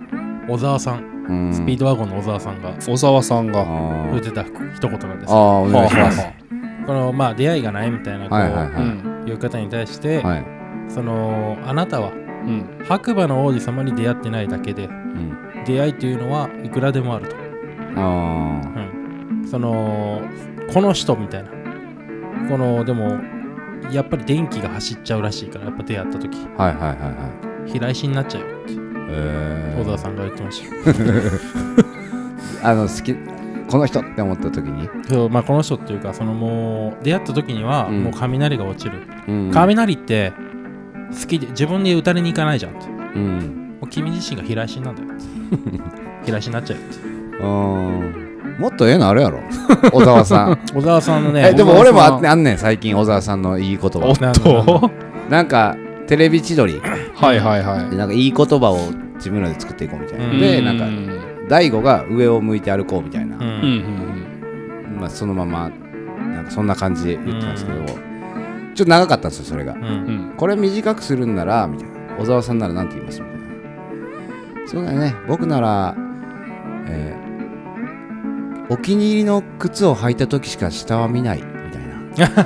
Speaker 4: う、小沢さん、
Speaker 2: うん
Speaker 4: スピードワゴンの小沢さんが
Speaker 3: 小沢さんが
Speaker 2: あ
Speaker 4: 言ってた一言なんで
Speaker 2: あ
Speaker 4: す
Speaker 2: ああお願いします
Speaker 4: はこの、まあ、出会いがないみたいな、こう、
Speaker 2: はいはいは
Speaker 3: う
Speaker 2: い
Speaker 3: ん
Speaker 4: いう方に対して、
Speaker 2: はい
Speaker 4: その、あなたは
Speaker 3: うん
Speaker 4: 白馬の王子様に出会ってないだけで、
Speaker 2: うん
Speaker 4: 出会いというのはいくらでもあると。
Speaker 2: ああ
Speaker 4: うん。その、この人みたいな。この、でも、やっぱり電気が走っちゃうらしいから、やっぱ出会った時、
Speaker 2: はいはいはいはい
Speaker 4: 飛来死になっちゃうよって、
Speaker 2: え
Speaker 4: 小沢さんが言ってました。
Speaker 2: ー、あの好きこの人って思った時に、
Speaker 4: そうまあ、この人っていうかそのもう出会った時には
Speaker 2: うん
Speaker 4: もう雷が落ちる、
Speaker 2: うん
Speaker 4: 雷って好きで自分で打たれに行かないじゃんっても
Speaker 2: うん
Speaker 4: う君自身が飛来死なんだよって飛来死になっちゃうよって
Speaker 2: うんもっとええのある やろ小沢さん
Speaker 4: 小沢さんのね
Speaker 2: えでも
Speaker 4: 小
Speaker 2: 俺も
Speaker 4: 沢さ
Speaker 2: あ
Speaker 4: ん
Speaker 2: あんねん最近小沢さんのいい言
Speaker 3: お
Speaker 2: 葉
Speaker 3: っと
Speaker 4: なんだなんだ
Speaker 2: なんかテレビ千鳥
Speaker 3: はいはいはい
Speaker 2: でなんかいい言葉を自分らで作っていこうみたいな、
Speaker 4: うん
Speaker 2: で
Speaker 3: う
Speaker 2: なんか大悟が上を向いて歩こうみたいな、
Speaker 4: うん
Speaker 3: うんうん
Speaker 2: まあ、そのままなんかそんな感じで言ってたんですけど、
Speaker 4: うん
Speaker 2: ちょっと長かったんですよそれが
Speaker 4: う
Speaker 3: うんんうん
Speaker 2: これ短くするんならみたいな小沢さんならなんて言いますみたいなそうだよね僕なら、えーお気に入りの靴を履いた時しか下は見ないみたいな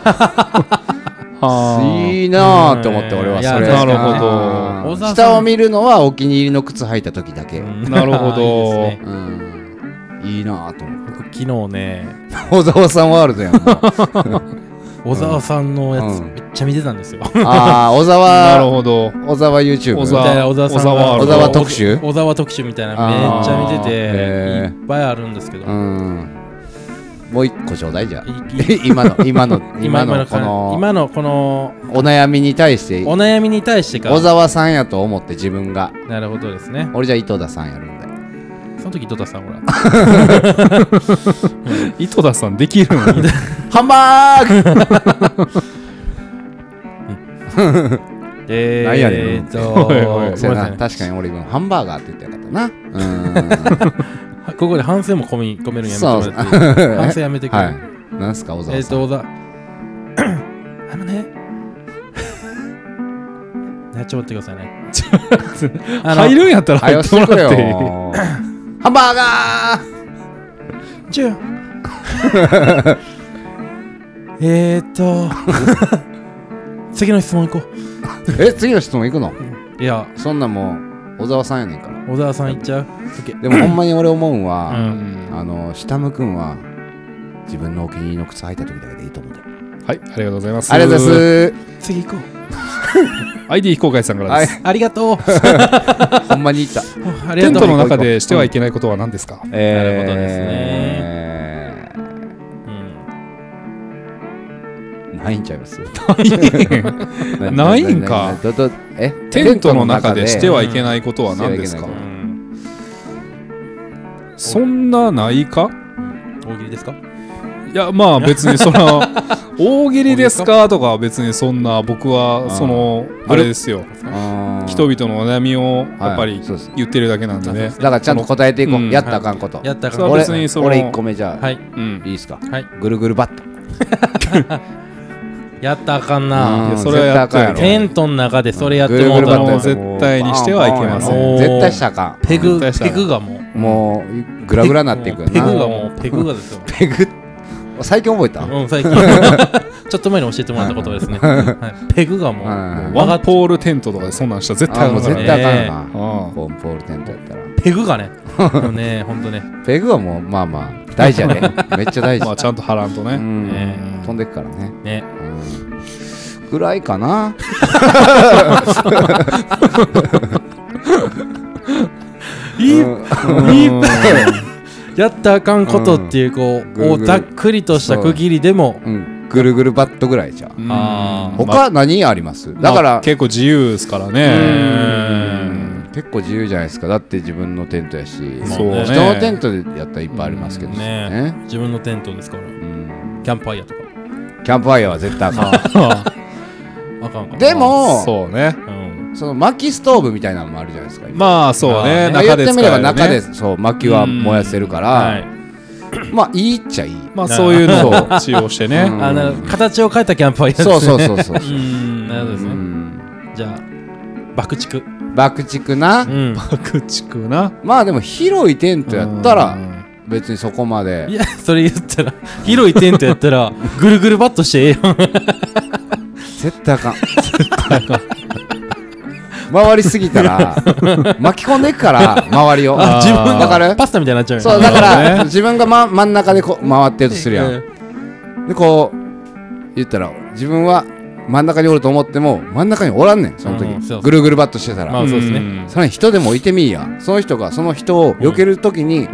Speaker 3: はい
Speaker 2: いなーって思って俺はそれ
Speaker 4: いや
Speaker 3: なるほど
Speaker 2: あー
Speaker 4: 小沢さん
Speaker 2: 下を見るのはお気に入りの靴履いた時だけ
Speaker 4: う
Speaker 2: うん、
Speaker 4: ん
Speaker 3: なるほど
Speaker 4: いいですね
Speaker 2: いいなーと思って
Speaker 4: 僕昨日ね
Speaker 2: 小沢さんワールドやん もう
Speaker 4: 小沢さんのやつ
Speaker 2: うん
Speaker 4: めっちゃ見てたんですよ、
Speaker 2: ああ小
Speaker 3: なる
Speaker 2: 沢
Speaker 3: ほど
Speaker 2: 小沢 YouTube
Speaker 3: 小
Speaker 4: み
Speaker 3: 沢
Speaker 4: たいな小沢さんが
Speaker 2: 小沢特集
Speaker 4: 小沢特集みたいなめっちゃ見てて
Speaker 2: あーへー
Speaker 4: いっぱいあるんですけど、
Speaker 2: うんもう一個ちょうだいじゃあ
Speaker 4: いい
Speaker 2: 今の今の 今のこの
Speaker 4: 今のこの
Speaker 2: お悩みに対して
Speaker 4: お悩みに対してか
Speaker 2: 小沢さんやと思って自分が
Speaker 4: なるほどですね
Speaker 2: 俺じゃあ井戸田さんやるんだよ
Speaker 4: その時ドタさ んほら
Speaker 3: 井戸田さんできるのに
Speaker 2: ハンバーグ
Speaker 4: え
Speaker 2: なんやねん
Speaker 4: えーっと
Speaker 3: おいおい
Speaker 2: そうや
Speaker 4: ごめ
Speaker 2: なん
Speaker 4: なさ
Speaker 2: 確かに俺今ハンバーガーって言ってよかったな
Speaker 4: はここで反省も込み込めるんやめて
Speaker 2: そう
Speaker 4: もらっていい
Speaker 2: うん
Speaker 4: 反省やめてくれ、
Speaker 2: はいなんすか小
Speaker 4: え
Speaker 2: 沢
Speaker 4: ーっ
Speaker 2: さ
Speaker 4: と
Speaker 2: ん
Speaker 4: 小 沢あのね ねちょっと待ってくださいね あの
Speaker 3: 入るんやったら
Speaker 2: は
Speaker 3: 入
Speaker 2: よ
Speaker 3: っ
Speaker 2: してて
Speaker 3: も
Speaker 2: くれ
Speaker 3: ら
Speaker 2: よ
Speaker 3: っていい
Speaker 2: ハンバーガー
Speaker 4: ちゅ えーっ と次の質問行こ
Speaker 2: え次の質問いくの
Speaker 4: ういや
Speaker 2: そんなんもう小沢さんやねんから
Speaker 4: 小沢さん行っちゃう
Speaker 2: でもほんまに俺思うんは、
Speaker 4: うん
Speaker 2: あの下向くんは自分のお気に入りの靴履いた時だけでいいと思って
Speaker 3: はいありがとうございます
Speaker 2: ありがとうございます
Speaker 4: 次行こう
Speaker 3: ID 非公開さんから
Speaker 2: は
Speaker 3: で
Speaker 2: い
Speaker 3: す
Speaker 4: ありがとう
Speaker 2: ほんまに言った
Speaker 4: あり
Speaker 3: テ
Speaker 4: が
Speaker 3: ン
Speaker 4: と
Speaker 3: ト
Speaker 4: う
Speaker 3: の中でしてはいけないことは何ですか
Speaker 4: るほどですね
Speaker 2: え
Speaker 4: うん
Speaker 2: ーないんちゃいます
Speaker 3: ないんか
Speaker 2: どどえ
Speaker 3: テントの中でして
Speaker 2: は
Speaker 3: はいけないことは何ですか
Speaker 2: うん
Speaker 4: うん
Speaker 3: そんなないか
Speaker 4: 大喜利ですか
Speaker 3: いやまあ別にその大喜利ですかとかは別にそんな僕はその
Speaker 2: あー
Speaker 3: あれですよ人
Speaker 2: 々
Speaker 3: 々のお悩みをやっぱり
Speaker 2: そうです
Speaker 3: 言ってるだけなんでね
Speaker 2: だからちゃんと答えていこ
Speaker 3: う
Speaker 2: うんやったらあかんこと
Speaker 4: やった
Speaker 3: それ
Speaker 4: か
Speaker 3: は
Speaker 2: 俺
Speaker 3: 別にその
Speaker 2: 俺1個目じゃあ
Speaker 4: はい
Speaker 3: うん
Speaker 2: いいですか
Speaker 4: はい
Speaker 2: ぐるぐるバット
Speaker 4: やったらあかん
Speaker 2: うん
Speaker 4: な。
Speaker 3: やそれはやっとやろ
Speaker 2: 絶対あかん
Speaker 4: テントの中でそれやって
Speaker 2: ぐる
Speaker 4: も
Speaker 2: ぐ
Speaker 4: う
Speaker 2: るバ
Speaker 4: たら
Speaker 2: ット
Speaker 4: も
Speaker 2: や
Speaker 4: う
Speaker 2: っ、たら
Speaker 3: 絶対にしてはいけません
Speaker 2: バーンバーン絶対したらあか
Speaker 4: ペグ、
Speaker 3: 絶対した
Speaker 4: ペ
Speaker 3: ら
Speaker 4: グがもう。
Speaker 2: んもうグラグラになっていくよ
Speaker 4: ペグ
Speaker 2: な
Speaker 4: がもう、ペグがですよ。
Speaker 2: ペグ最近覚 えた、
Speaker 4: うん、最近。ちょっと前に教えてもらったことですね。はいペグがもう、
Speaker 2: うん
Speaker 4: わ
Speaker 3: ワ
Speaker 4: が
Speaker 3: ンポールテントとかでそんなんしたら絶対
Speaker 2: あ
Speaker 3: あ
Speaker 2: もう
Speaker 3: るか
Speaker 2: 絶
Speaker 3: ら
Speaker 2: 対
Speaker 3: ね
Speaker 2: あかんよな、
Speaker 3: うん
Speaker 2: ポンポールテントやったら
Speaker 4: ペグがね、でもね、ほんとね。
Speaker 2: ペグはもうまあまあ大事やでめっちゃ大事、
Speaker 3: まあちゃんと張らんと
Speaker 2: う
Speaker 3: ね。
Speaker 2: ん
Speaker 4: ね
Speaker 2: 飛んでくからね
Speaker 4: ね。
Speaker 2: うんぐらいかな
Speaker 4: いい
Speaker 2: うん
Speaker 3: うん
Speaker 4: やったらあかんことっていう、こ
Speaker 2: んぐる
Speaker 4: う、
Speaker 2: ぐ
Speaker 4: お
Speaker 2: る
Speaker 4: ざっくりとした区切りでも、
Speaker 2: うんぐるぐるバットぐらいじゃん
Speaker 4: あー
Speaker 2: 他何ありますだか
Speaker 3: まあ
Speaker 2: ら
Speaker 3: 結構自由ですから ね。
Speaker 2: 結構自由じゃないですかだって自分のテントやし
Speaker 4: そうね
Speaker 2: 人のテントでやったらいっぱいありますけど
Speaker 4: うん
Speaker 2: ね
Speaker 4: ね自分のテントですから、
Speaker 2: うん
Speaker 4: キャンプファイヤーとか。
Speaker 2: キャンプファイヤーは絶対あかん
Speaker 4: あかんあ かん。
Speaker 2: でも
Speaker 3: そうね。
Speaker 4: うん、
Speaker 2: その薪ストーブみたいなのもあるじゃないですか今
Speaker 3: まあそうね。
Speaker 2: まあ言
Speaker 3: 中で
Speaker 2: って
Speaker 3: 使
Speaker 2: み
Speaker 3: え
Speaker 2: れば
Speaker 3: るね
Speaker 2: 中でそう薪は燃やせるか
Speaker 4: はい
Speaker 2: ら。まあいいっちゃいい
Speaker 3: まあそういうのを使用して
Speaker 2: う
Speaker 3: ね。
Speaker 2: ん
Speaker 4: あの形を変えたキャンプファイヤー。
Speaker 2: そうそううそうそう
Speaker 4: うん、なるほどです
Speaker 2: う
Speaker 4: ね。
Speaker 2: ん
Speaker 4: じゃあ、爆竹。
Speaker 2: 爆竹な
Speaker 4: うん。
Speaker 3: 爆竹な。
Speaker 2: まあでも広いテントやった
Speaker 3: う
Speaker 2: ら
Speaker 3: ん
Speaker 2: 別にそこまで
Speaker 4: いや、それ言ったら、広いテントやったら、ぐるぐるバットしてええやん。
Speaker 2: 絶対あかん回りすぎた ら巻き込んでいくから周りを
Speaker 4: あ、自分
Speaker 2: わか
Speaker 4: が
Speaker 2: る
Speaker 4: パスタみたいになっちゃうやん
Speaker 2: そうだか
Speaker 3: なるほど
Speaker 2: ら
Speaker 3: ね
Speaker 2: 自分が、ま、真ん中でこう回ってるとするやん
Speaker 4: う
Speaker 2: でこう言ったら自分は真ん中におると思っても真ん中におらんねんその
Speaker 4: うん
Speaker 2: 時
Speaker 4: そう
Speaker 2: ぐるぐるバットしてたら、
Speaker 4: まあそうですね
Speaker 3: ん
Speaker 2: さらに人でもいてみいやその人がその人を避ける時に、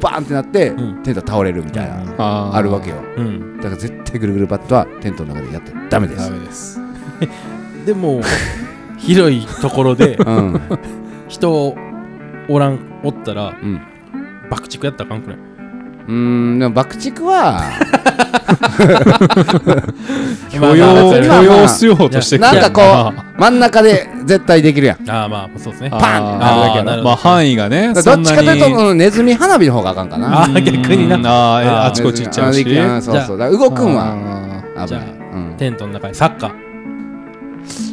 Speaker 2: バーンってなって、
Speaker 4: ん
Speaker 2: テント倒れるみたいな、
Speaker 3: あー
Speaker 2: あるわけよ
Speaker 4: ん。
Speaker 2: だから絶対ぐるぐるバットはテントの中でやったらダメで
Speaker 3: ダ
Speaker 2: す
Speaker 3: メです。
Speaker 4: でも、広いところで、
Speaker 2: うん
Speaker 4: 人おらん、おったら、
Speaker 2: うん
Speaker 4: 爆竹やったらあかんくない。
Speaker 2: うーんでも爆竹 は
Speaker 3: 許
Speaker 4: まあ
Speaker 3: 容
Speaker 4: まあ
Speaker 2: まあ
Speaker 3: 許容しようとしてく
Speaker 2: な
Speaker 3: る
Speaker 2: んかこう真ん中で絶対できるやん
Speaker 4: ああ、まあ、そうですね。
Speaker 3: パ
Speaker 2: パンってなるだけやな
Speaker 3: まあ範囲がね、
Speaker 2: だからどっちかというと
Speaker 3: そんなに
Speaker 2: うんネズミ花火の方があかんかな
Speaker 4: あー逆にな
Speaker 3: うんあーえ
Speaker 4: あー
Speaker 3: あちこち行っちゃうし。
Speaker 2: ネズミ花火うんそうそうだから動くんは
Speaker 3: は。
Speaker 2: 危
Speaker 4: じゃ
Speaker 2: ない、うん
Speaker 4: テントの中にサッカー。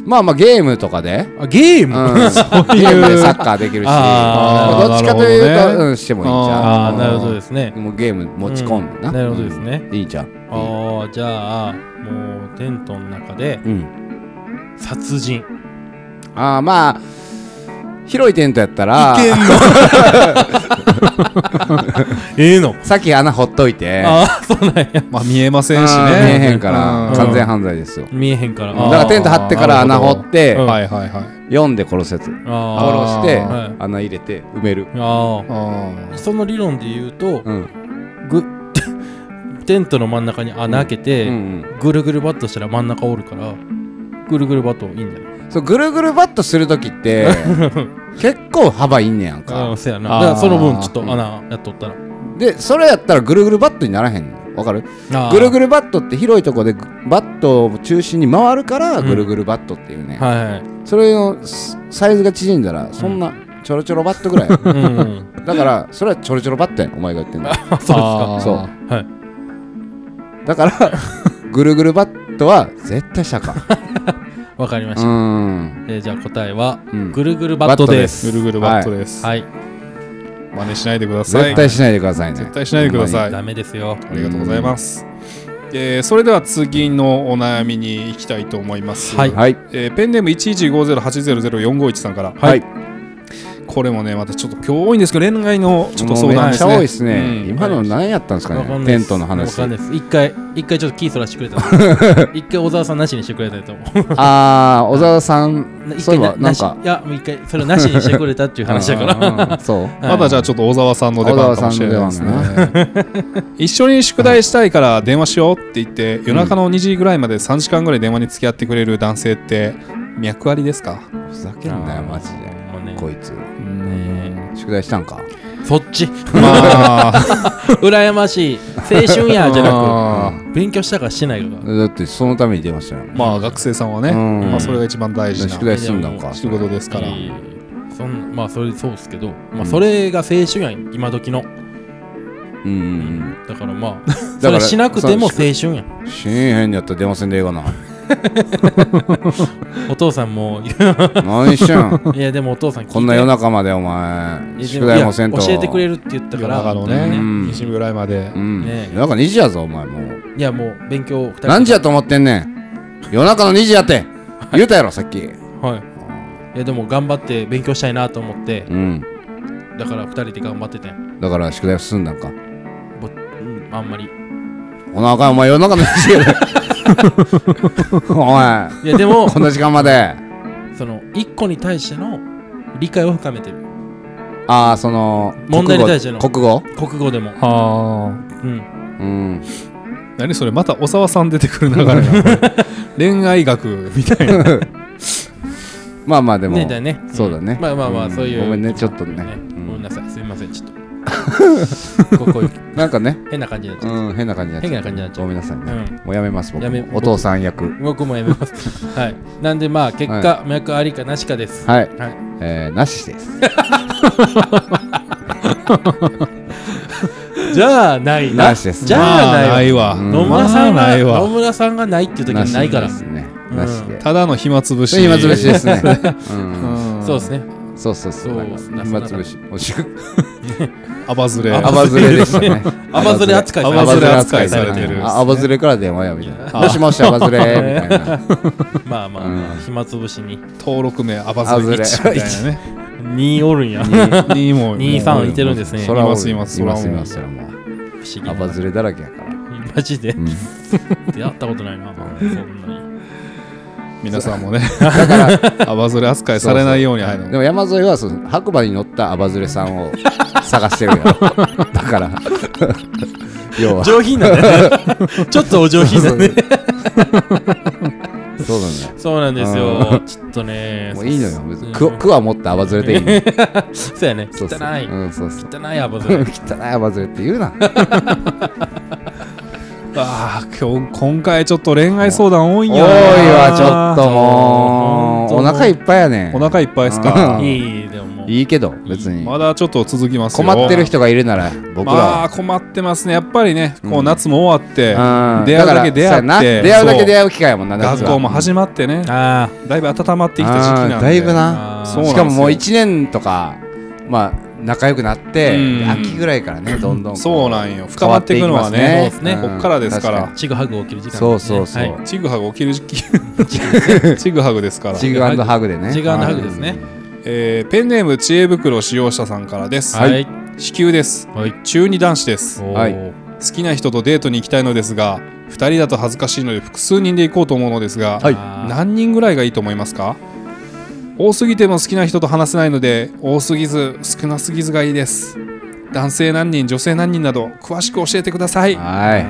Speaker 2: まあまあゲームとかで、
Speaker 4: あゲー
Speaker 2: うん、
Speaker 4: ム、
Speaker 2: ゲ
Speaker 3: ういう
Speaker 2: ームでサッカーできるし
Speaker 4: あ
Speaker 3: ー
Speaker 2: どっちかという
Speaker 3: な
Speaker 2: と
Speaker 3: る、ほどね
Speaker 2: うん、してもいいんちゃ
Speaker 4: あ
Speaker 2: う
Speaker 4: あ、なるほどですね。
Speaker 2: もうゲーム持ち込んでな、
Speaker 4: うんなるほどですね
Speaker 2: うんいいんちゃう
Speaker 4: ああ、じゃあ、もうテントの中で
Speaker 2: うん
Speaker 4: 殺人。
Speaker 2: ああまあ広いテントやったら
Speaker 4: ええの。
Speaker 2: さっき穴ほっといて
Speaker 4: ああ、そうなんや。
Speaker 3: まあ見えませんし
Speaker 2: あー
Speaker 3: ね。
Speaker 2: 見えへんから
Speaker 3: うん
Speaker 2: 完全犯罪ですよ
Speaker 4: 見えへんから。
Speaker 2: だ
Speaker 3: あー
Speaker 2: からテント張ってから穴掘って、
Speaker 4: うん
Speaker 3: はいはいはい。
Speaker 2: 読んで殺せつ殺
Speaker 4: あ
Speaker 3: あ
Speaker 2: して、
Speaker 4: はい
Speaker 2: 穴入れて埋める
Speaker 4: ーあ
Speaker 3: あ
Speaker 4: ー。その理論で言うと
Speaker 2: う、ん
Speaker 4: ぐテントの真ん中に穴開け
Speaker 2: うんう
Speaker 4: て、
Speaker 2: ん
Speaker 4: ぐるぐるバットしたら真ん中おるから、ぐるぐるバットいいんじゃない
Speaker 2: そうぐるぐるバットする時って 結構幅いんねやん
Speaker 4: あ
Speaker 2: か
Speaker 4: あ、そうやな。
Speaker 3: あ
Speaker 4: だ
Speaker 3: ー
Speaker 4: からその分、ちょっと穴やっとったら。
Speaker 2: でそれやったらぐるぐるバットにならへんのわかる
Speaker 4: あー
Speaker 2: ぐるぐるバットって広いとこでぐバットを中心に回るから
Speaker 4: うん
Speaker 2: ぐるぐるバットっていうね、
Speaker 4: はいはい。
Speaker 2: それのすサイズが縮んだらそんなちょろちょろバットぐらいや
Speaker 4: うん。
Speaker 2: だからそれはちょろちょろバットやんお前が言ってんの
Speaker 4: あ、そう
Speaker 3: あー
Speaker 2: そう
Speaker 4: はい
Speaker 2: だからぐるぐるバットは絶対したかん
Speaker 4: ですか。わかりまし
Speaker 2: う
Speaker 4: た。
Speaker 2: ん
Speaker 4: えーじゃあ答えは、
Speaker 2: うん
Speaker 4: ぐるぐるバットです。
Speaker 3: ぐるぐるバットです。
Speaker 4: はい。
Speaker 3: 真似しないでください。
Speaker 2: 絶対しないでくださいね
Speaker 3: 絶対しないでください。
Speaker 4: ダメですよ。
Speaker 3: ありがとうございます。えーそれでは次のお悩みに行きたいと思います。
Speaker 4: はい
Speaker 2: はい
Speaker 3: えーペンネーム1150800451さんから、
Speaker 2: はい
Speaker 3: これもねまたちょっと今日多いんですけど恋愛のちょっと相
Speaker 2: もう
Speaker 3: 談
Speaker 2: め
Speaker 3: で
Speaker 2: っちゃ
Speaker 3: す
Speaker 2: 多い
Speaker 3: ね。
Speaker 2: ですね、
Speaker 3: うん
Speaker 2: 今の何やったんですか
Speaker 4: わか
Speaker 2: ね
Speaker 4: んない
Speaker 2: テ
Speaker 4: っ
Speaker 2: ン
Speaker 4: す
Speaker 2: トの
Speaker 4: わ
Speaker 2: 話
Speaker 4: かんないです。一回、一回ちょっとキーそらしてくれたら。 一回小沢さんなしにしてくれたらと思う。
Speaker 2: ああ小沢さん
Speaker 4: 一回
Speaker 2: そういえばなん
Speaker 4: し
Speaker 2: か
Speaker 4: いや、もう一回、それをなしにしてくれたっていう話だ から。
Speaker 2: らそう
Speaker 3: まだじゃあちょっと小沢さんの出番かもしれないですね
Speaker 2: 小沢。
Speaker 3: 一緒に宿題したいから電話しようって言って夜中の2時ぐらいまで3時間ぐらい電話に付き合ってくれる男性って脈ありで すか、
Speaker 2: ふざけんなよマジで
Speaker 4: もうね
Speaker 2: こいつ
Speaker 4: ね
Speaker 2: 宿題したんか
Speaker 4: そっち、
Speaker 3: まあ、
Speaker 4: 羨ましい、青春 やじゃな
Speaker 3: あー
Speaker 4: く、勉強したからしてないから。
Speaker 2: だってそのために出ましたよ
Speaker 3: まあ学生さんはね、
Speaker 2: うん
Speaker 3: まあ、それが一番大事な
Speaker 2: 宿題済んだんか
Speaker 3: 仕事ですから。
Speaker 4: いいそんまあそれそうっすけど、まあ、それが青春やん今時の
Speaker 2: うんうん
Speaker 4: だからまあ
Speaker 2: だ
Speaker 4: そ
Speaker 2: から
Speaker 4: れしなくても青
Speaker 2: そ
Speaker 4: 春やん
Speaker 2: うんしへんやったら出ませんでええかな
Speaker 4: お父さんも
Speaker 2: 何しちゃん
Speaker 4: いやでもお父さん聞いて
Speaker 2: こんな夜中までお前
Speaker 4: いや
Speaker 2: 宿題もせんと
Speaker 4: いや教えてくれるって言ったか
Speaker 3: 夜
Speaker 4: ら
Speaker 3: 中の
Speaker 4: 本当
Speaker 3: ね
Speaker 4: に
Speaker 2: うん
Speaker 3: 2時ぐらいまで
Speaker 2: うん
Speaker 4: ねえ
Speaker 2: 夜中2時やぞお前もう
Speaker 4: いやもう勉強2人
Speaker 2: 何時やと思ってんねん夜中の2時やって言うたやろさっき
Speaker 4: はいいやでも頑張って勉強したいなと思って
Speaker 2: うん
Speaker 4: だから2人で頑張っててん
Speaker 2: だから宿題進んだんか
Speaker 4: ぼうんあんまり
Speaker 2: おなあかんお前夜中の2時やで お前
Speaker 4: いやでも
Speaker 2: こんな時間まで
Speaker 4: その1個に対しての理解を深めてる
Speaker 2: ああその
Speaker 4: 問題に対しての
Speaker 2: 国語
Speaker 4: 国語でも
Speaker 3: はあ
Speaker 4: うん
Speaker 2: うん
Speaker 3: 何それまた小沢さん出てくる流れが恋愛学みたいな
Speaker 2: まあまあでも、
Speaker 4: ねだよね
Speaker 2: そうだね
Speaker 4: んまあまあまあ
Speaker 2: ん
Speaker 4: そういう
Speaker 2: ごめんねちょっとね、
Speaker 4: ね
Speaker 2: うん
Speaker 4: ごめんなさいすいませんちょっ とこうこういう
Speaker 2: なんかね、
Speaker 4: 変な感じになっちゃう
Speaker 2: うん、変な感じになっちゃう
Speaker 4: 変な感じになっちゃう
Speaker 2: ごめんなさいね、
Speaker 4: うん
Speaker 2: もうやめます僕
Speaker 4: やめ
Speaker 2: お父さん役
Speaker 4: 僕もやめますはいなんでまあ結果麻薬ありかなしかです
Speaker 2: はい、
Speaker 4: はい
Speaker 2: えー、なしです
Speaker 4: じゃあない
Speaker 2: なしです
Speaker 4: じゃあ
Speaker 3: ま
Speaker 4: な
Speaker 3: ないい
Speaker 4: わ
Speaker 3: わ
Speaker 2: うん
Speaker 4: 野村さん
Speaker 3: まあない
Speaker 4: が
Speaker 3: わ
Speaker 4: 野村さんがないっていう時はないか
Speaker 2: な
Speaker 4: ら
Speaker 2: しですね
Speaker 4: うん
Speaker 2: なしで、
Speaker 3: ただの暇つぶ
Speaker 2: そ
Speaker 3: し
Speaker 2: れ暇つぶしですね、 う、
Speaker 3: うんん
Speaker 4: そうですね
Speaker 2: そうそうそう
Speaker 4: そう
Speaker 2: 暇つ ぶしおし
Speaker 3: アバズレ
Speaker 2: あばずれでしたね
Speaker 4: アバズレ扱いされ
Speaker 2: あ
Speaker 4: て
Speaker 2: ば
Speaker 4: る
Speaker 2: ずれ扱いされ
Speaker 3: アバズ
Speaker 2: て
Speaker 3: レ扱いされて
Speaker 2: る
Speaker 3: る
Speaker 2: ああばずれから電話やみたいなもしもしあばずれみたい な
Speaker 4: まあまあまあ
Speaker 2: うん
Speaker 4: 暇つぶしに
Speaker 3: 登録名アバズレ1みたいなね
Speaker 4: 2おるんや不
Speaker 3: 2も
Speaker 4: 二三いてるんですね
Speaker 2: そらおる
Speaker 3: いますいます
Speaker 2: います
Speaker 3: そ
Speaker 2: い
Speaker 3: らおる
Speaker 2: ますそらもう
Speaker 4: 思議
Speaker 2: あ
Speaker 4: な
Speaker 2: ばずれだらけやから
Speaker 4: マジで
Speaker 2: ん
Speaker 4: 出会ったことないなそんなに
Speaker 3: 皆さんもねアバズレ扱いされないようにあ
Speaker 2: で
Speaker 3: の
Speaker 2: も山沿いはその白馬に乗ったアバズレさんを探してるやろ だから要は
Speaker 4: 上品だね ちょっとお上品だね
Speaker 2: そうだね
Speaker 4: そうなんですよちょっとね
Speaker 2: もういいのよ別
Speaker 4: う
Speaker 2: に
Speaker 4: ん
Speaker 2: くくは持ったアバズレでいいのよ
Speaker 4: そうやね
Speaker 2: そ
Speaker 4: 汚
Speaker 2: う そう
Speaker 4: い
Speaker 2: うんそうそう
Speaker 4: 汚いアバズレ
Speaker 2: 汚いアバズレって言うな
Speaker 3: ああ今日今回ちょっと恋愛相談多い
Speaker 2: 多
Speaker 3: ん
Speaker 2: い
Speaker 3: やな
Speaker 2: わちょっともうお
Speaker 4: ほんともう
Speaker 2: 腹いっぱいやねん
Speaker 3: お腹いっぱいですか
Speaker 2: うん
Speaker 4: いいでももう
Speaker 2: いいけど別に
Speaker 3: まだちょっと続きますよ
Speaker 2: 困ってる人がいるなら僕ら
Speaker 3: ま
Speaker 2: は
Speaker 3: あ困ってますねやっぱりねこ
Speaker 2: う
Speaker 3: うん夏も終わって
Speaker 2: うん
Speaker 3: 出会うだけ出
Speaker 2: からそうや
Speaker 3: 会
Speaker 2: な
Speaker 3: って
Speaker 2: 出会うだけ出
Speaker 3: そう
Speaker 2: 会う機会やもんな
Speaker 3: 学校も始まってね
Speaker 4: あ
Speaker 3: だいぶ温まってきた時期なん
Speaker 2: あー
Speaker 3: で
Speaker 2: だいぶな
Speaker 4: あ
Speaker 3: そうなんです
Speaker 2: し
Speaker 3: よ
Speaker 2: かももう1年とかまあ仲良くなって
Speaker 3: うん
Speaker 2: 秋ぐらいから ねどんどんこ
Speaker 3: そうなんよ深まっていくの
Speaker 2: 変
Speaker 3: は
Speaker 2: わ
Speaker 3: ね
Speaker 2: っていきます
Speaker 4: ね
Speaker 3: こっからですか
Speaker 2: うん
Speaker 3: ら
Speaker 2: 確
Speaker 4: チグハグ起きる時間
Speaker 2: そうそうそう
Speaker 4: はい
Speaker 3: チグハグ起きる 時期チグハグですから
Speaker 2: チグハグでね
Speaker 4: チグハグですね
Speaker 3: えーペンネーム知恵袋使用者さんからです
Speaker 4: はい
Speaker 3: 子宮です
Speaker 4: はい
Speaker 3: 中二男子です好
Speaker 2: はい
Speaker 4: おー
Speaker 3: きな人とデートに行きたいのですが2人だと恥ずかしいので複数人で行こうと思うのですが、
Speaker 2: はい
Speaker 4: あー
Speaker 3: 何人ぐらいがいいと思いますか多すぎても好きな人と話せないので多すぎず少なすぎずがいいです男性何人女性何人など詳しく教えてください
Speaker 2: は
Speaker 4: はい
Speaker 2: い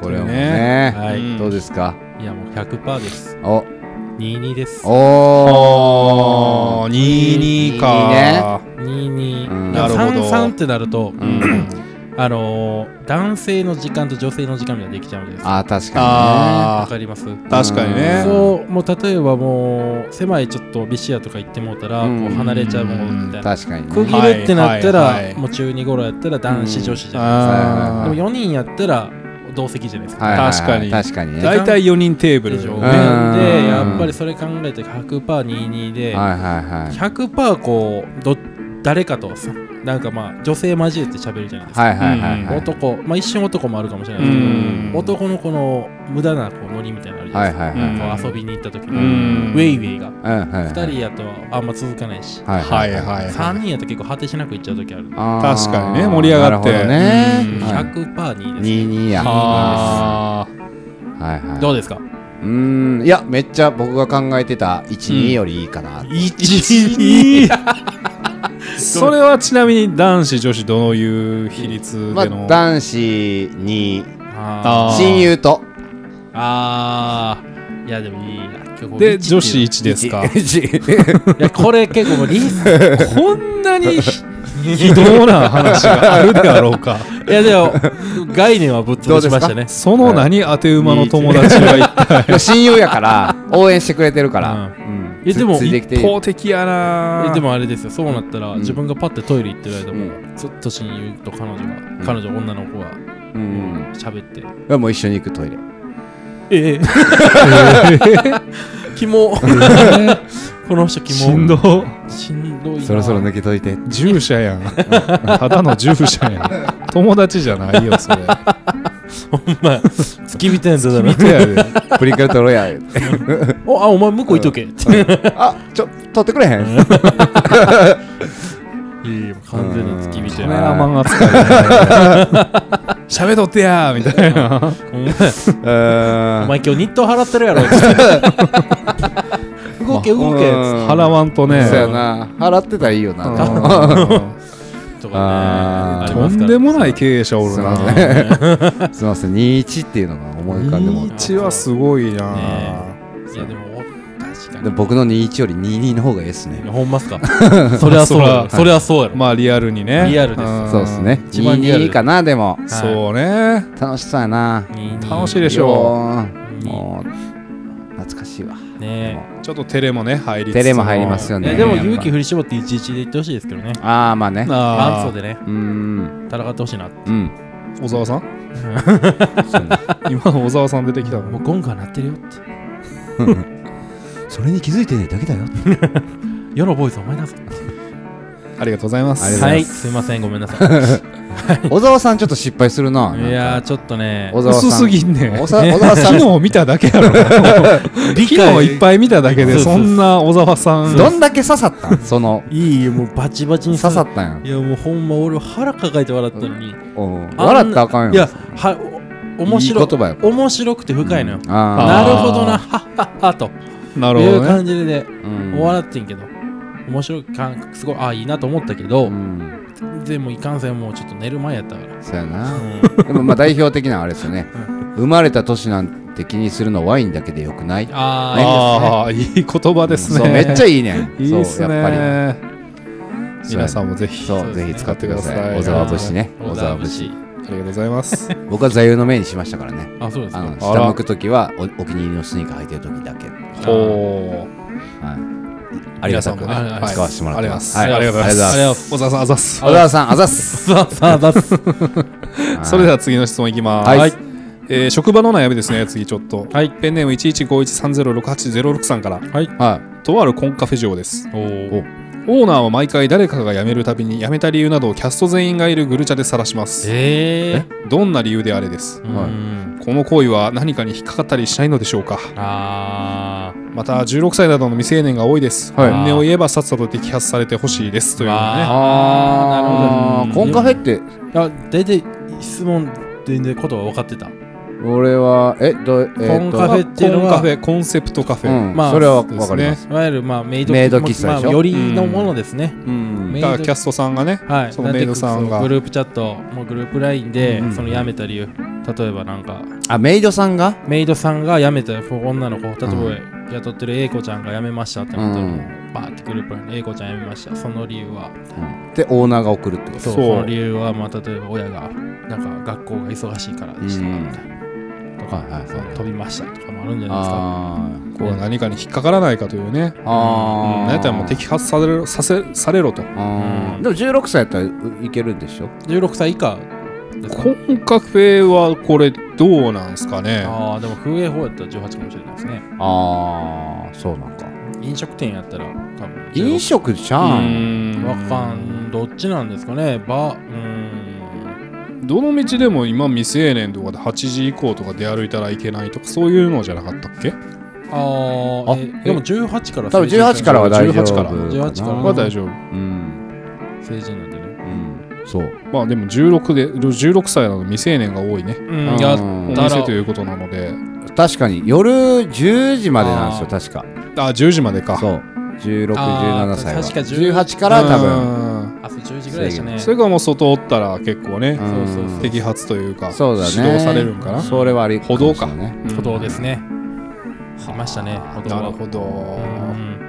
Speaker 2: これはもう
Speaker 4: は
Speaker 2: ね
Speaker 4: い、
Speaker 3: うん
Speaker 2: どうですか
Speaker 4: いやもう100%です。
Speaker 2: お
Speaker 4: 22です。
Speaker 2: お
Speaker 3: あー22か
Speaker 4: 22。
Speaker 2: うん
Speaker 4: だから
Speaker 3: なるほど
Speaker 4: 33ってなると、
Speaker 2: うん
Speaker 4: あのー、男性の時間と女性の時間ができちゃうんです。わ
Speaker 2: あー確か
Speaker 3: あ
Speaker 4: かります
Speaker 3: ー確かにね
Speaker 4: そう、もう例えばもう、狭いちょっとビシアとか行ってもうたら、
Speaker 2: うん
Speaker 4: こう離れちゃうもんみ
Speaker 2: に
Speaker 4: た
Speaker 2: ね
Speaker 4: いな。
Speaker 2: 確かに
Speaker 4: 区
Speaker 2: ね
Speaker 4: 切るってなったら、
Speaker 3: はいはい
Speaker 4: もう中2頃やったら男子、
Speaker 2: うん
Speaker 4: 女子じゃない
Speaker 3: あ
Speaker 4: で
Speaker 3: ー
Speaker 4: すか。でも4人やったら同席じゃないですか。
Speaker 2: はいはいはい
Speaker 3: 確かに
Speaker 2: 確かにねは
Speaker 3: 大体4人テーブル
Speaker 4: でしょ
Speaker 2: ん
Speaker 4: で、
Speaker 3: ね
Speaker 4: やっぱりそれ考えて 100%22 で、
Speaker 2: いはいはい
Speaker 4: 100%こうど誰かとさなんかまあ女性交えて喋るじゃないですか、
Speaker 2: はいはいはいはい
Speaker 4: 男まあ一瞬男もあるかもしれないですけ
Speaker 3: ん
Speaker 4: ど男のこの無駄なこうノリみたいなのあ
Speaker 2: は
Speaker 4: るじゃないいですか、
Speaker 2: はいはい
Speaker 3: はいはい
Speaker 4: こう遊びに行った時に、
Speaker 3: うん
Speaker 4: ウェイウェイが
Speaker 2: うんはいはい
Speaker 4: 2人やとあんま続かないし、
Speaker 2: はい
Speaker 3: はいはい
Speaker 4: 3人やと結構果てしなく行っちゃう時あるんで、
Speaker 2: あー
Speaker 3: 確かにね盛り上がっ
Speaker 2: な
Speaker 3: て
Speaker 2: るほどね
Speaker 3: うん
Speaker 2: はい
Speaker 4: 100%2 です、ね、
Speaker 2: 22や
Speaker 3: あー
Speaker 2: はいはい
Speaker 4: どうですか
Speaker 2: うーんいやめっちゃ僕が考えてた12よりいいかな、
Speaker 4: 12
Speaker 3: それはちなみに男子女子どのいう比率
Speaker 2: ま
Speaker 3: で
Speaker 2: あ
Speaker 3: の、
Speaker 2: 男子に
Speaker 4: あー
Speaker 3: あー
Speaker 2: 親友 と
Speaker 4: あーいやでもいいな結構一ってい
Speaker 3: で
Speaker 4: う
Speaker 3: 女子1ですか
Speaker 4: いやこれ結構もうリス
Speaker 3: こんなにひ非道な話があるであろうか
Speaker 4: いやでも概念はぶっ潰しましたね。
Speaker 3: その何当て馬の友達は一体
Speaker 2: 親友やから応援してくれてるから、
Speaker 4: う
Speaker 2: うん
Speaker 4: えでも
Speaker 2: つついてきて
Speaker 3: 一方的やな
Speaker 4: えでもあれですよそうなったら、
Speaker 2: うん
Speaker 4: 自分がパッてトイレ行ってる間
Speaker 2: う
Speaker 4: も、
Speaker 2: ん
Speaker 4: ずっと親友と彼女が、
Speaker 2: ん
Speaker 4: 彼女女の子が
Speaker 2: うん
Speaker 4: 喋って、
Speaker 2: いやもう一緒に行くトイレ
Speaker 4: ええキモこの人キモ
Speaker 3: しんど
Speaker 4: しんどいな
Speaker 2: そろそろ抜けといて
Speaker 3: 従者やん ただの従者やん友達じゃないよそれ
Speaker 4: お前付き人やつだろ
Speaker 3: 見てやで
Speaker 2: プリクラ撮ろう や言うて
Speaker 4: おあお前向こういとけって
Speaker 2: あちょ撮ってくれへん
Speaker 4: いいよ完全な付き人
Speaker 3: カ
Speaker 4: や
Speaker 3: メ
Speaker 4: な
Speaker 3: ラマン扱い 喋っとってやみたいな
Speaker 4: お前お
Speaker 2: お
Speaker 4: 前今日日当払ってるやろ動け動け
Speaker 3: 払わんとね
Speaker 2: そうやな払ってたらいいよな
Speaker 4: とかね
Speaker 2: あー
Speaker 4: あり
Speaker 3: と
Speaker 4: ますから
Speaker 3: んでもない経営者おる
Speaker 2: そう
Speaker 3: な
Speaker 2: ねすみません、21っていうのが思い浮かんでも。
Speaker 3: 21はすごいな、
Speaker 4: いやでも確か
Speaker 2: で
Speaker 4: に
Speaker 2: 僕の21より22の方がいいですね
Speaker 4: い。やほんますかそれはそう
Speaker 3: は
Speaker 4: や
Speaker 3: い
Speaker 4: それはそうやろ
Speaker 3: まあリアルにね
Speaker 4: リアルです
Speaker 3: ん
Speaker 2: そうですね。
Speaker 4: 一番リアル
Speaker 2: 22かな、でも。
Speaker 3: そうね
Speaker 2: 楽しそうやな。
Speaker 3: 楽しい
Speaker 4: い
Speaker 3: でしょ
Speaker 2: いいよもう、懐かしいわ。
Speaker 4: ね
Speaker 3: うちょっとテレもね入りつつ
Speaker 2: テレも入りますよ
Speaker 4: え
Speaker 2: ね。
Speaker 4: ねで
Speaker 2: や
Speaker 4: も
Speaker 2: っぱ
Speaker 4: 勇気振り絞って11で言ってほしいですけどね
Speaker 2: ああ、まあね。
Speaker 4: 元
Speaker 3: あ
Speaker 4: 祖でね
Speaker 2: うーん。
Speaker 4: 戦ってほしいな
Speaker 2: うん。
Speaker 3: あ小沢さん今の小沢さん出てきた
Speaker 4: も
Speaker 3: の
Speaker 4: うゴンが鳴ってるよって
Speaker 2: それに気づいてないだけ だよ。
Speaker 4: 世のボーイズお前だぞ
Speaker 3: ありがとうございます
Speaker 2: ありがとうござ
Speaker 4: はいい
Speaker 2: ます
Speaker 4: すいませんごめんなさ
Speaker 2: 小沢さん、ちょっと失敗するな。
Speaker 4: いいやーちょっとね
Speaker 2: 小沢さん。
Speaker 3: 薄すぎんねん
Speaker 2: 小沢小沢さ
Speaker 3: 昨
Speaker 2: ん、
Speaker 3: 日見ただけ やろ昨日いっぱい見ただけで
Speaker 4: そうそう
Speaker 3: そんな小沢さん
Speaker 2: どんだけ刺さったんその、
Speaker 4: いいよもうバチバチに
Speaker 2: 刺さ
Speaker 4: さ
Speaker 2: ったん
Speaker 4: いやもうほんま俺腹抱えて笑ったのに
Speaker 2: や。うん笑ったらあかんよ。
Speaker 4: いやはお面白
Speaker 2: いい言葉よ
Speaker 4: 面白くて深いのよ
Speaker 2: あ
Speaker 4: なるほ
Speaker 3: あ
Speaker 4: ど
Speaker 3: ー
Speaker 4: なはっはっはと
Speaker 3: なるほ
Speaker 4: いう
Speaker 3: どね
Speaker 4: 感じで
Speaker 2: ーうん
Speaker 4: 笑ってんけど面白い感覚すごいあいいなと思ったけど
Speaker 2: うん。
Speaker 4: でもいかんせんもうちょっと寝る前やったから
Speaker 2: そうやな。でもまあ代表的なあれですよね。生まれた年なんて気にするのワインだけでよくない。
Speaker 4: あ
Speaker 3: ああいい言葉ですね
Speaker 2: そうめっちゃいいねん。
Speaker 3: いいっす
Speaker 2: そうやっぱり。
Speaker 3: ね
Speaker 2: そう
Speaker 3: 皆さんもぜひあ
Speaker 2: そう
Speaker 4: そうです
Speaker 2: ぜ
Speaker 4: ね
Speaker 2: ひ使ってください。
Speaker 3: 使っ
Speaker 2: 小
Speaker 3: てください
Speaker 2: 沢節ね。
Speaker 4: 小
Speaker 2: 小
Speaker 4: 沢
Speaker 2: 沢
Speaker 4: 節
Speaker 2: 節。
Speaker 3: りがとうございます
Speaker 2: 僕は座右の銘にしましたからね。
Speaker 4: あそうです
Speaker 2: あの
Speaker 4: か
Speaker 3: あら
Speaker 2: 下向くときはおお気に入りのスニーカー履いてるときだけ。はい。
Speaker 3: ほう
Speaker 2: ありがたく
Speaker 3: 皆さんもねはい
Speaker 2: 使わせてもらってます。
Speaker 3: ありがとうございます
Speaker 2: はあ
Speaker 3: あ
Speaker 2: りがと
Speaker 3: りがとうございます小沢さんあざっす
Speaker 2: 小沢さん、あざっ す。
Speaker 4: さあさあだっす
Speaker 3: それで
Speaker 2: は
Speaker 3: は次の質問いきます、
Speaker 2: はい
Speaker 3: えー職場の悩みですね次ちょっと、
Speaker 4: はい
Speaker 3: ペンネーム1151306806さんから
Speaker 2: い。はい。
Speaker 3: とあるコンカフェ嬢です
Speaker 4: おお
Speaker 3: オーナーは毎回誰かが辞めるたびに辞めた理由などをキャスト全員がいるグルチャで晒します
Speaker 4: ええ
Speaker 3: どんな理由であれです
Speaker 4: う
Speaker 2: はい
Speaker 4: ん
Speaker 3: この行為は何かに引っかかったりしないのでしょうか
Speaker 4: あー
Speaker 3: また16歳などの未成年が多いです、
Speaker 2: はい
Speaker 3: 本音を言えばさっさと摘発されてほしいですというね
Speaker 4: あーなるほど
Speaker 2: コンカフェって、
Speaker 4: あ大体質問でねことは分かってた
Speaker 2: 俺は、え、どう、え
Speaker 4: コ
Speaker 2: っ
Speaker 4: ン
Speaker 2: と、
Speaker 4: カフェっていうの
Speaker 3: コン
Speaker 4: は
Speaker 3: カフェコンセプトカフ
Speaker 2: う
Speaker 3: ェ、
Speaker 2: ん
Speaker 4: まあ
Speaker 2: それはわかります。
Speaker 4: いわゆるまあメイド
Speaker 2: メイド喫茶でしょ
Speaker 4: まあよりのものですね
Speaker 2: うん
Speaker 4: メイ
Speaker 3: だから
Speaker 4: ド
Speaker 3: キャストさんがね
Speaker 4: はい、
Speaker 3: そのメイドさんが
Speaker 4: なんていうかそのグループチャット、もうグループラインで、
Speaker 2: うん
Speaker 4: その辞めた理由、例えばなんか、
Speaker 2: あ、メイドさんが
Speaker 4: メイドさんが辞めた女の子、例えば雇ってる A 子ちゃんが辞めましたってなったら、
Speaker 2: うん
Speaker 4: バーってグループラインで A 子ちゃん辞めました、その理由は、
Speaker 2: で、オーナーが送るってこと
Speaker 4: そう
Speaker 3: そう
Speaker 4: その理由は、まあ、例えば親が、なんか学校が忙しいからでした
Speaker 2: うん
Speaker 4: みたいな、とか、
Speaker 2: はいはいはい
Speaker 4: そう飛びましたとかもあるんじゃないですか。
Speaker 2: あ
Speaker 3: これは何かに引っかからないかというね
Speaker 2: ーあー、
Speaker 3: 何やったらもう摘発されるさせされろと
Speaker 2: あ
Speaker 4: う
Speaker 2: ー
Speaker 4: ん
Speaker 2: でも16歳やったらういけるんでしょ
Speaker 4: 16歳以下ですか
Speaker 3: コンカフェはこれどうなんすかね
Speaker 4: ああ、でも風営法やったら18かもしれないですね。
Speaker 2: ああそうなんか
Speaker 4: 飲食店やったら、多分16
Speaker 2: 飲食じ
Speaker 3: う
Speaker 2: ゃん
Speaker 3: ーん
Speaker 4: わかんどっちなんですかねばうーん
Speaker 3: どの道でも今未成年とかで8時以降とか出歩いたらいけないとかそういうのじゃなかったっ
Speaker 4: あ
Speaker 3: け
Speaker 4: ー
Speaker 2: あ
Speaker 4: えでも18から
Speaker 2: 多分
Speaker 4: 成人
Speaker 2: 18からは大丈夫
Speaker 3: 18から
Speaker 4: 18から
Speaker 3: は
Speaker 2: かな
Speaker 3: 大丈夫
Speaker 2: うん、
Speaker 4: 成人なんでね
Speaker 2: うん、そう
Speaker 3: まあでも16で16歳なので未成年が多いね
Speaker 4: うん
Speaker 2: うん
Speaker 4: やっ
Speaker 3: お
Speaker 4: た
Speaker 3: 店
Speaker 4: ら
Speaker 3: ということなので
Speaker 2: 確かに夜10時までなんですよ確か
Speaker 3: あ10時までか
Speaker 2: そう
Speaker 4: あ
Speaker 2: 1617
Speaker 4: ー
Speaker 2: 歳は
Speaker 4: 確か10
Speaker 2: 18から多分
Speaker 3: 分
Speaker 4: あそう10時ぐらいでしたね
Speaker 3: それがもう外おったら結構ね
Speaker 2: うん
Speaker 4: そうそうそう
Speaker 3: 摘発というか
Speaker 2: そうだね
Speaker 3: 指導されるんかな
Speaker 2: それはありもしれないね
Speaker 4: 歩道ですね来ましたね歩道
Speaker 3: な
Speaker 4: は
Speaker 3: るほど
Speaker 4: うん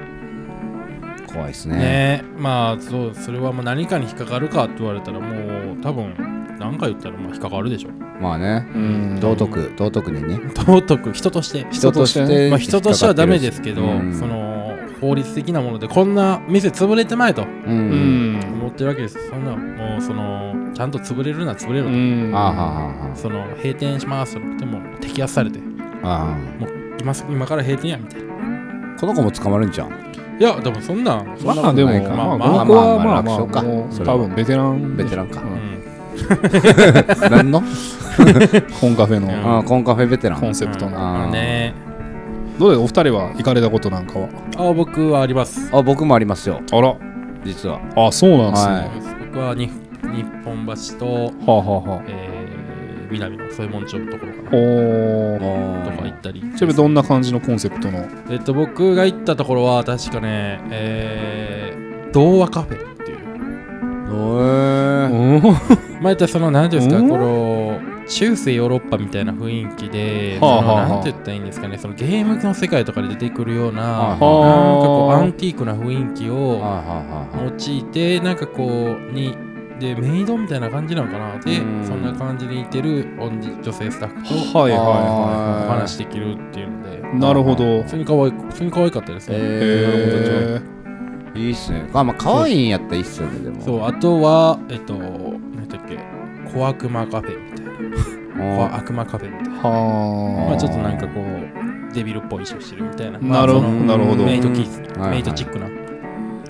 Speaker 2: 怖いです
Speaker 4: ね
Speaker 2: ね
Speaker 4: えまあそうそれはもう何かに引っかかるかって言われたらもう多分何か言ったらまあ引っかかるでしょ
Speaker 2: まあね
Speaker 3: うん
Speaker 2: 道徳道徳にね
Speaker 4: 道徳人として
Speaker 2: 人として
Speaker 3: 人として
Speaker 4: まあ人としてはダメですけど
Speaker 2: うん
Speaker 4: その法律的なものでこんな店潰れてまいと
Speaker 2: う。
Speaker 3: うんん
Speaker 4: 思ってるわけですそんなもうそのちゃんと潰れるなら潰れろ
Speaker 3: う
Speaker 4: と、
Speaker 3: ん
Speaker 2: ああはあは
Speaker 4: その閉店しますとでも摘発されて
Speaker 2: あはあ。あ
Speaker 4: 今す今から閉店やみたいな
Speaker 2: あ。この子も捕まるんじゃん。
Speaker 4: いやでもそんなん
Speaker 2: そんな
Speaker 3: ま
Speaker 2: こ
Speaker 3: あ
Speaker 2: と
Speaker 3: でも
Speaker 2: ないか
Speaker 3: まあ
Speaker 4: まあ
Speaker 3: この子は
Speaker 2: まあ
Speaker 3: まあ
Speaker 2: まあ楽勝
Speaker 3: ま
Speaker 2: か
Speaker 3: あもう
Speaker 2: それは
Speaker 3: 多分ベテラン
Speaker 2: ベテランか
Speaker 3: う
Speaker 4: うんん
Speaker 2: 何 の
Speaker 3: 本カフェ
Speaker 4: うん
Speaker 3: の
Speaker 2: ああ、コンカフェベテラ
Speaker 3: コ
Speaker 2: ン
Speaker 3: ン。セプトの
Speaker 2: あー
Speaker 4: ね
Speaker 3: どうでお二人は行かれたことなんかは
Speaker 4: あ僕はあります
Speaker 2: あ、僕もありますよ。
Speaker 3: あら
Speaker 2: 実は。
Speaker 3: あそうなんですね
Speaker 2: は
Speaker 3: はい
Speaker 4: 僕はに日本橋と、
Speaker 3: あはあはあ
Speaker 4: えー、南のそういう門町のところかな
Speaker 3: お
Speaker 4: と
Speaker 3: ー
Speaker 4: か行ったり
Speaker 3: ちなみにどんな感じのコンセプトの
Speaker 4: えっと僕が行ったところは確かねえー、童話カフェっていう
Speaker 2: おえ。
Speaker 3: うん
Speaker 4: まあ言ったらその何ていうんです
Speaker 3: う
Speaker 4: か
Speaker 3: ん
Speaker 4: この中世ヨーロッパみたいな雰囲気で、
Speaker 3: はあはあはあ
Speaker 4: そのなんて言ったらいいんですかねそのゲームの世界とかで出てくるような、
Speaker 2: はあ
Speaker 4: なんかこうアンティークな雰囲気
Speaker 2: はいは
Speaker 4: を
Speaker 2: いはい。
Speaker 4: 用いてなんかこうにでメイドみたいな感じなのかなで
Speaker 2: うん
Speaker 4: そんな感じでいてる女女性スタッフと
Speaker 3: はいはいは
Speaker 4: お話しできるっていうので
Speaker 3: いなるほど
Speaker 4: 普通に可愛い普通に可愛かったですね、
Speaker 2: え
Speaker 3: へえ
Speaker 2: え。いいっすね。あ、まあ、可愛いんやったらいいっすよね、でも。
Speaker 4: そうあとはえっと何だっけ小悪魔カフェみたいな
Speaker 2: うん
Speaker 4: 小悪魔カフェみたいな
Speaker 3: は
Speaker 4: まあ、
Speaker 2: ー
Speaker 4: ちょっとなんかこうデビルっぽい人してるみたいな、
Speaker 3: あなるほど
Speaker 4: まあその
Speaker 3: なるほど
Speaker 4: メイドキッズ、
Speaker 2: はい
Speaker 4: メイドチックな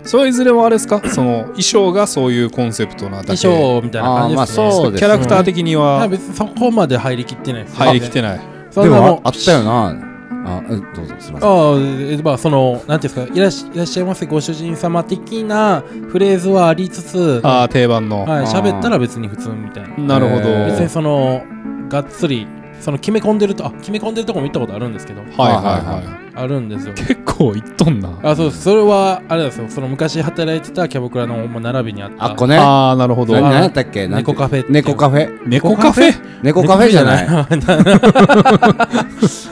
Speaker 3: それはいずれもあれですかその衣装がそういうコンセプトなだけ
Speaker 4: 衣装みたいな感じですね
Speaker 2: あーまあそうですね
Speaker 3: キャラクター的に
Speaker 4: まあ
Speaker 3: は
Speaker 4: 別にそこまで入りきってないですね
Speaker 3: 入りきてない
Speaker 4: そ
Speaker 2: で
Speaker 4: んな
Speaker 2: も
Speaker 4: も
Speaker 2: ああったよな。あ、うんどうぞ、すいません。
Speaker 4: ああえまあそのなんていうんですかいらっしいらっしゃいませご主人様的なフレーズはありつつ
Speaker 3: ああ定番の、
Speaker 4: はい
Speaker 2: あー
Speaker 4: 喋ったら別に普通みたいな
Speaker 3: なるほど、
Speaker 2: えー
Speaker 4: 別にそのがっつりその決め込んでるとあ決め込んでるとこも行ったことあるんですけど
Speaker 3: はいは
Speaker 2: は
Speaker 3: い
Speaker 2: い
Speaker 3: は
Speaker 4: あるんですよ
Speaker 3: い結構いっとんな
Speaker 4: あそうそれはあれですよその昔働いてたキャバクラのほんま並びにあった
Speaker 2: あ、こね。
Speaker 3: ああなるほど
Speaker 2: 何
Speaker 4: あ
Speaker 2: 何やったっけなんて
Speaker 4: 猫カフェっていう
Speaker 2: 猫カフェ。
Speaker 3: 猫カフェ
Speaker 2: 猫カフェじゃない。
Speaker 4: あ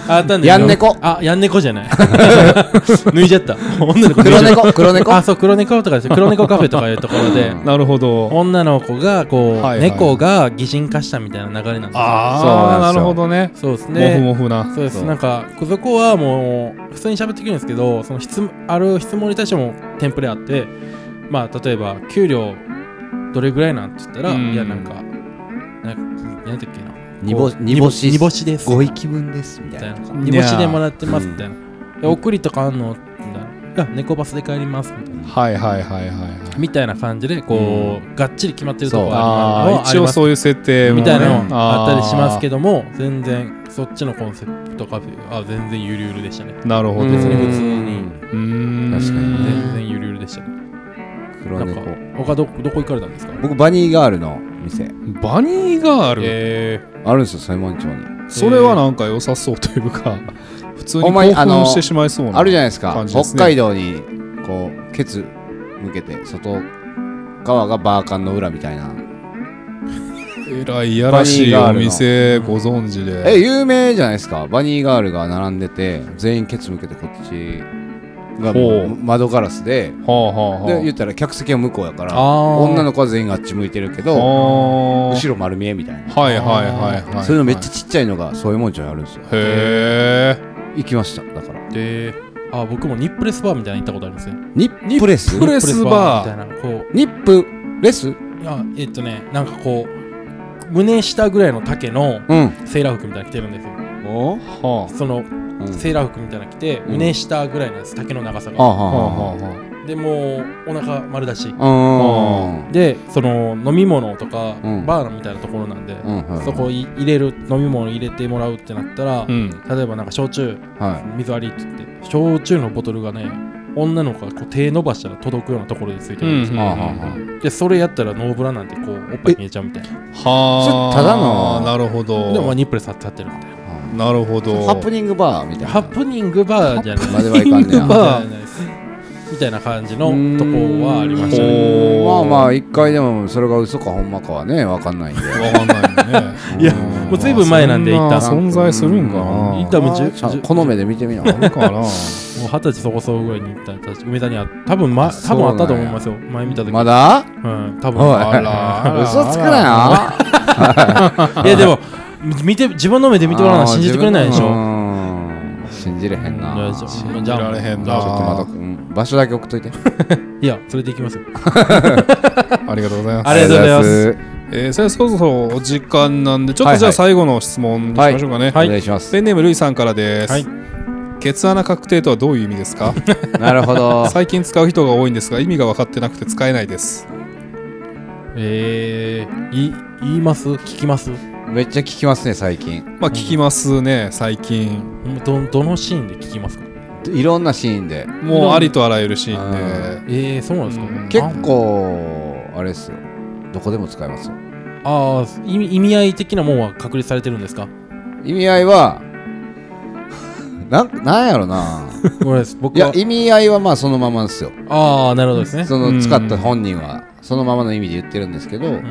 Speaker 4: あったんだ
Speaker 2: やん猫
Speaker 4: あ、やん猫じゃない。 脱いじゃった。女の子脱い
Speaker 2: 黒
Speaker 4: じゃった
Speaker 2: 猫、黒猫。
Speaker 4: あ、そう、黒猫とかですよ黒猫カフェとかいうところで、
Speaker 3: なるほど
Speaker 4: 女の子が、こう、
Speaker 3: はいはい
Speaker 4: 猫が擬人化したみたいな流れなんですよ。
Speaker 3: ああ
Speaker 2: そうなんで
Speaker 3: な
Speaker 2: す
Speaker 3: る
Speaker 2: よ
Speaker 3: ほどね
Speaker 4: そうです
Speaker 3: モフ
Speaker 4: ね。
Speaker 3: モフな
Speaker 4: そうです。
Speaker 2: そう
Speaker 4: なんか、そこはもう、普通に喋ってくるんですけど、その質問、ある質問に対してもテンプレあって、まあ、例えば、給料、どれぐらいなんって言ったら、
Speaker 3: うん
Speaker 4: いや、なんか、なんか、なんだっけな。
Speaker 2: 煮干
Speaker 4: こう
Speaker 2: 煮干し。
Speaker 4: 煮干しです。
Speaker 2: ご意気分です。み
Speaker 4: み
Speaker 2: た
Speaker 4: た
Speaker 2: い
Speaker 4: い
Speaker 2: な。
Speaker 4: な。
Speaker 3: に
Speaker 4: 煮
Speaker 3: ゃー
Speaker 4: 干しでもらってますみたいな。え送りとかあんのみたいな。いや、猫バスで帰りますみたいな。
Speaker 3: はいはいはいはいはい
Speaker 4: みたいな感じで、こう、がっちり決まってるとこがあるの
Speaker 3: あ
Speaker 4: は
Speaker 3: あ
Speaker 4: あ
Speaker 3: 一
Speaker 4: り
Speaker 3: 応
Speaker 4: ます
Speaker 3: そういう設定もね
Speaker 4: みたいなのも
Speaker 3: ー
Speaker 4: あったりしますけども、全然そっちのコンセプトカフェ、あ、全然ゆるゆるでしたね。
Speaker 3: なるほど
Speaker 4: 別に普通
Speaker 2: うん
Speaker 4: に。
Speaker 3: うーん
Speaker 2: 確かにね
Speaker 4: 全然ゆるゆるでしたね。な
Speaker 2: 黒
Speaker 4: んか
Speaker 2: 猫。、
Speaker 4: 他どどこ行かれたんですか
Speaker 2: 僕、バニーガールの店。
Speaker 3: バニーガール、
Speaker 4: え
Speaker 2: あるんですよ、西門町に。
Speaker 3: それはなんか良さそうというか普通に
Speaker 2: ほ
Speaker 3: 興
Speaker 2: んまにあの
Speaker 3: 奮してしまいそうな
Speaker 2: あるじゃないですか。
Speaker 3: 感じですね
Speaker 2: 北海道に、こう、ケツ向けて、外側がバーカンの裏みたいな。
Speaker 3: えらいやらしいお店ご存知
Speaker 2: え、
Speaker 3: で。
Speaker 2: 有名じゃないですか。バニーガールが並んでて、全員ケツ向けてこっちが
Speaker 3: ほう
Speaker 2: 窓ガラスで、
Speaker 3: はあはあはあ。
Speaker 2: で言ったら客席は向こうやか
Speaker 4: ー、
Speaker 2: ら
Speaker 4: あ
Speaker 2: 女
Speaker 4: の
Speaker 2: の子は全員があっち向いてるけど
Speaker 3: あ
Speaker 2: 後
Speaker 3: ー
Speaker 2: ろ丸見えみたいな、
Speaker 3: はいはいはいはい。
Speaker 2: そういうのめっちゃちっちゃいのがそういうもんじゃあるんですよ
Speaker 3: へえ。
Speaker 2: 行きましただから
Speaker 4: で、あ、僕もニップレスバーみたいなの行ったことありますね。
Speaker 2: ニップレス
Speaker 3: ニップレス
Speaker 4: ニップレスバー
Speaker 3: バー
Speaker 4: みたいな、こう、
Speaker 2: ニップレス
Speaker 4: あえっとねなんかこう胸下ぐらいの丈の
Speaker 2: うん
Speaker 4: セーラー服みたいなの着てるんですよ
Speaker 2: お
Speaker 3: は
Speaker 4: その
Speaker 2: うん
Speaker 4: セーラー服みたいなの着て、
Speaker 2: うん
Speaker 4: 胸下ぐらいなんです丈の長さ
Speaker 2: あは
Speaker 4: が
Speaker 3: あ。はあ
Speaker 2: あは
Speaker 3: はあは
Speaker 4: でもうお腹丸出し
Speaker 2: あうん
Speaker 4: でその飲み物とか、
Speaker 2: うん
Speaker 4: バーみたいなところなんで、
Speaker 2: うんはい
Speaker 4: そこい入れる飲み物入れてもらうってなったら
Speaker 3: あ。う、ん。
Speaker 4: 例えばなんか焼酎
Speaker 2: は
Speaker 4: 水割りって言って焼酎のボトルがね女の子がこう手伸ばしたら届くようなところでついてるんです
Speaker 2: い
Speaker 4: よ、
Speaker 2: はあは
Speaker 4: でそれやったらノーブラなんてこうおっぱい見えちゃうみたいな
Speaker 3: はあ。
Speaker 2: それただの
Speaker 3: なるほど。
Speaker 4: でもまあニップレス立ってるみたいな
Speaker 2: あは
Speaker 3: なるほ
Speaker 2: あ
Speaker 3: ど。
Speaker 2: ハプニングバーみたいな
Speaker 4: ハプニングバーじゃない
Speaker 2: まではいかんね や
Speaker 3: ハプニングバー
Speaker 4: みたいな感じのとこはありましたね。
Speaker 2: まあ
Speaker 3: ほう。
Speaker 2: まあ一回でもそれが嘘かほんまかはねわかんないんで
Speaker 3: わかんないよね。
Speaker 4: いやもうずいぶん前なんで
Speaker 3: そ
Speaker 4: 行った
Speaker 3: 存在するんか
Speaker 2: う
Speaker 3: な。
Speaker 4: 行ったもんじゅ
Speaker 2: あちゃこの目で見てみな
Speaker 3: あ るかな。
Speaker 4: もう二十歳そこそこぐらいに行った人たち梅田にあ多分ま多分あったと思いますよ。前見た時。
Speaker 2: まだ
Speaker 4: うん多
Speaker 2: おい
Speaker 4: 分。
Speaker 3: あらあら。
Speaker 2: 嘘つくなよ
Speaker 4: いやでも見て自分の目で見てもらうのは信じてくれないでし
Speaker 2: う
Speaker 4: ょ。
Speaker 2: ん信じれへんな。
Speaker 4: うん
Speaker 2: ちょっ
Speaker 4: じゃあじゃあ
Speaker 3: 信じられへんな
Speaker 4: じゃあ
Speaker 2: とまだ、うん場所だけ送っといて。
Speaker 4: いや連れて行きますよ
Speaker 3: ありがとうございます
Speaker 4: あり
Speaker 2: ありが
Speaker 4: がとうございます
Speaker 2: とうござい
Speaker 3: えー、それそろそろお時間なんでちょっ
Speaker 2: はいは
Speaker 3: と
Speaker 2: い
Speaker 3: じゃあ最後の質問にしましょうかね、
Speaker 2: ます。
Speaker 4: はい
Speaker 2: お願いします。
Speaker 3: ペンネームルイさんからです、
Speaker 4: はい
Speaker 3: ケツ穴確定とはどういう意味ですか
Speaker 2: なるほど。
Speaker 3: 最近使う人が多いんですが意味が分かってなくて使えないです
Speaker 4: えー、い言います聞きます
Speaker 2: めっちゃ聞きますね、最近。
Speaker 3: まあ聞きますね最近
Speaker 4: どどのシーンで聞きますか
Speaker 2: いろんなシーンで。
Speaker 3: もうありとあらゆるシーンで、
Speaker 4: えー、そうなんですか、
Speaker 3: うん
Speaker 2: 結構、あれですよ。どこでも使えますよ。
Speaker 4: ああ意味意味合い的なもんは確立されてるんですか
Speaker 2: 意味合いは、 なんなんやろな。
Speaker 4: ごめんなさい
Speaker 2: い
Speaker 4: 僕
Speaker 2: や
Speaker 4: は、
Speaker 2: 意味合いはまあそのままですよ。
Speaker 4: ああなるほどですね
Speaker 2: そうの
Speaker 3: ん
Speaker 2: 使った本人は、そのままの意味で言ってるんですけど、
Speaker 4: うん、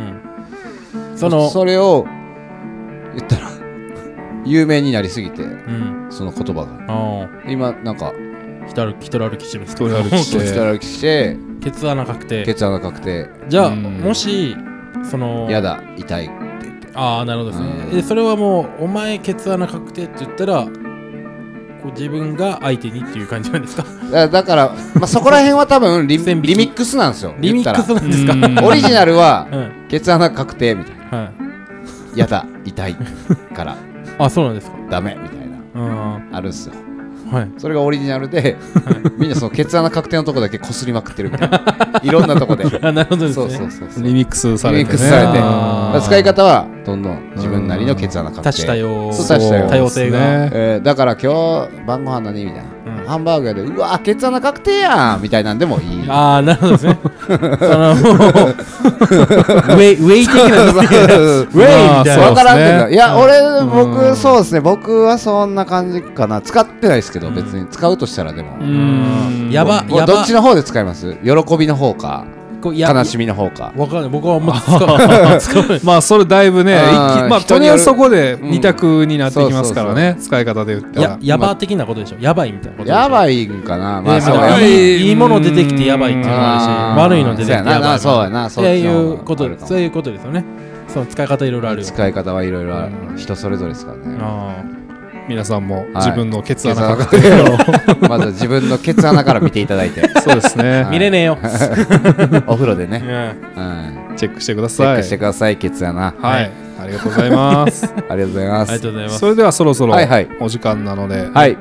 Speaker 4: その
Speaker 2: それを言ったら 有名になりすぎて
Speaker 4: うん
Speaker 2: その言葉が
Speaker 4: あ
Speaker 2: 今なんか
Speaker 4: あ人歩き人歩きしてます
Speaker 3: 一人歩きして
Speaker 2: 人歩きして
Speaker 4: ケツ穴確定
Speaker 2: 血穴確定
Speaker 4: じゃあ
Speaker 3: うん
Speaker 4: もしその
Speaker 2: やだ痛いって言って
Speaker 4: ああなるほどですね
Speaker 2: うん
Speaker 4: でそれはもうお前ケツ穴確定って言ったらこう自分が相手にっていう感じなんです か
Speaker 2: だだから、まあ、そこら辺は多分リ
Speaker 4: 線引き
Speaker 2: リミックスなんですよ
Speaker 4: リミックス
Speaker 2: 言っ
Speaker 4: なんですか
Speaker 3: う
Speaker 4: うんん、
Speaker 2: たらオリジナルは
Speaker 4: はい
Speaker 2: 血穴確定みたいなやだ痛いから
Speaker 4: あそうなんですか
Speaker 2: ダメみたいな
Speaker 4: うんは
Speaker 2: あるんすよ
Speaker 4: い
Speaker 2: それがオリジナルでみんなその血穴確定のとこだけこすりまくってるみたいないろんなと こで
Speaker 4: あなるほどです
Speaker 2: そ
Speaker 4: ね
Speaker 2: うそうそうそう
Speaker 3: リミックスされて、ね、
Speaker 2: リミックスされて
Speaker 3: あー
Speaker 4: だ
Speaker 2: 使い方はどんどん自分なりの血穴確定
Speaker 4: 多種多様
Speaker 2: そう多種多様
Speaker 4: 多様性が
Speaker 3: そうですね
Speaker 2: えーだから今日晩ご飯何みたいな、
Speaker 4: うん
Speaker 2: ハンバーグやでうわケツ穴確定やんみたいなんでもいい
Speaker 4: ああなるほ どですねそのもう
Speaker 2: そうそうそう
Speaker 4: ウェイウェイ的 なウェイみ
Speaker 3: まあ
Speaker 4: たい
Speaker 3: そう
Speaker 4: な
Speaker 2: わからんけど、いや、俺、
Speaker 3: う
Speaker 2: 僕、
Speaker 3: ん
Speaker 2: そうですね、僕はそんな感じかな、使ってないですけど、別に使うとしたら、でも、
Speaker 3: うん
Speaker 4: やば
Speaker 2: こう
Speaker 4: やば
Speaker 2: どっちの方で使います喜びの方か、
Speaker 4: こうや
Speaker 2: 悲しみの方か、
Speaker 4: わかんない僕はあんま使 わ使わない
Speaker 3: まあそれだいぶね、
Speaker 2: あー
Speaker 3: 一気まあ
Speaker 2: 人
Speaker 3: と
Speaker 2: に
Speaker 3: り
Speaker 2: よ
Speaker 3: あえ
Speaker 2: る
Speaker 3: ずそこで二択になってきますからね、使い方で言ったら
Speaker 4: や。やば的なことでしょやばいみたいなことでしょ
Speaker 2: やば
Speaker 4: い
Speaker 2: いんかな、
Speaker 4: ま
Speaker 2: ま
Speaker 4: あ
Speaker 2: あ、そう
Speaker 3: やばい
Speaker 4: いいもの出てきてやばいっていうのも
Speaker 2: あー
Speaker 4: あるし悪いの出てきて
Speaker 2: そうや
Speaker 4: や
Speaker 2: な
Speaker 4: ばいもある
Speaker 2: そうやなそ
Speaker 4: そ
Speaker 2: っ
Speaker 4: う
Speaker 2: ちの
Speaker 4: いう
Speaker 2: あ
Speaker 4: こ
Speaker 2: るかも
Speaker 4: とそういうことですよねその使い方いろいろあるよ
Speaker 2: 使い方はいろいろある人それぞれですからね、
Speaker 4: あ
Speaker 3: 皆さんも自分のケツ穴
Speaker 2: はい
Speaker 3: 確定を、
Speaker 2: まず自分のケツ穴から見ていただいて、
Speaker 3: そうですね
Speaker 4: ー見れねえ よ
Speaker 2: お風呂で
Speaker 4: う
Speaker 2: ね、
Speaker 4: ん
Speaker 2: うん、
Speaker 3: チェックしてくだ
Speaker 2: チェッ
Speaker 3: さ
Speaker 2: ク
Speaker 3: い。
Speaker 2: してください、ケツ穴、あ
Speaker 3: はい、ありがとうございます。
Speaker 2: りがとうございま
Speaker 4: ありが
Speaker 2: す
Speaker 4: と。うございます
Speaker 3: それではそろそろ
Speaker 2: はいはい
Speaker 3: お時間なので、
Speaker 2: はい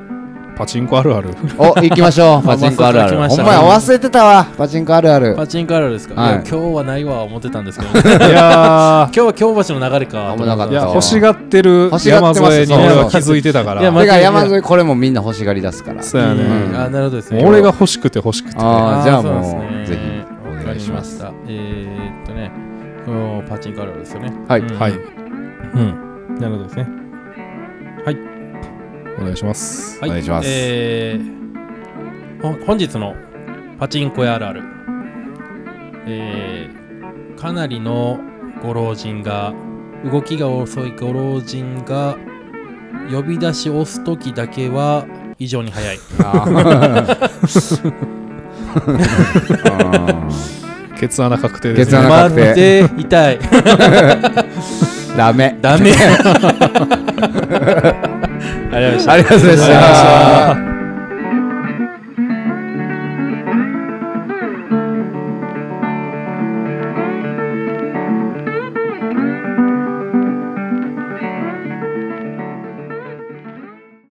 Speaker 3: パチンコあるある。
Speaker 2: お、行きましょう。パチンコあるある。
Speaker 4: 来
Speaker 2: ほ
Speaker 4: ま
Speaker 2: ん
Speaker 4: したね
Speaker 2: まや、忘れてたわ。パチンコあるある。
Speaker 4: パチンコあるあるですか、
Speaker 2: はい
Speaker 4: いや今日はないわ思ってたんですけど 今
Speaker 3: いや
Speaker 4: 日は京橋の流れか
Speaker 2: 危なかった
Speaker 3: ー、いや欲しがってる
Speaker 2: 欲しが
Speaker 3: 山
Speaker 2: ってます
Speaker 3: 添に俺
Speaker 2: そう
Speaker 3: は気づいてたから。
Speaker 4: いやま
Speaker 2: てか、
Speaker 4: 間違い
Speaker 2: 山添、これもみんな欲しがり出すから。
Speaker 3: そうやね。
Speaker 2: ん
Speaker 4: あなるほどです
Speaker 3: も
Speaker 4: ね
Speaker 3: う俺が欲しくて欲しくて。
Speaker 2: ああ、じゃあ
Speaker 4: そうなん
Speaker 2: も
Speaker 4: ですね
Speaker 2: う、ぜひ、お願いします。
Speaker 4: わかりましたえー、っとね、このパチンコあるあるですよね。
Speaker 2: はい
Speaker 4: うん
Speaker 3: はい、
Speaker 4: うん。なるほどですね。
Speaker 3: お願いします。
Speaker 4: はい
Speaker 2: お願いします
Speaker 4: えーほ本日のパチンコ屋あるある。えーかなりのご老人が、動きが遅いご老人が、呼び出し押すときだけは異常に早い。
Speaker 2: あー
Speaker 3: ケツ穴確定です、
Speaker 2: ケツ
Speaker 3: ね。
Speaker 2: 穴確定
Speaker 4: 待って、痛い。
Speaker 2: うんダメ。
Speaker 4: ダメ。ありがとうございました
Speaker 2: ありがとうございました。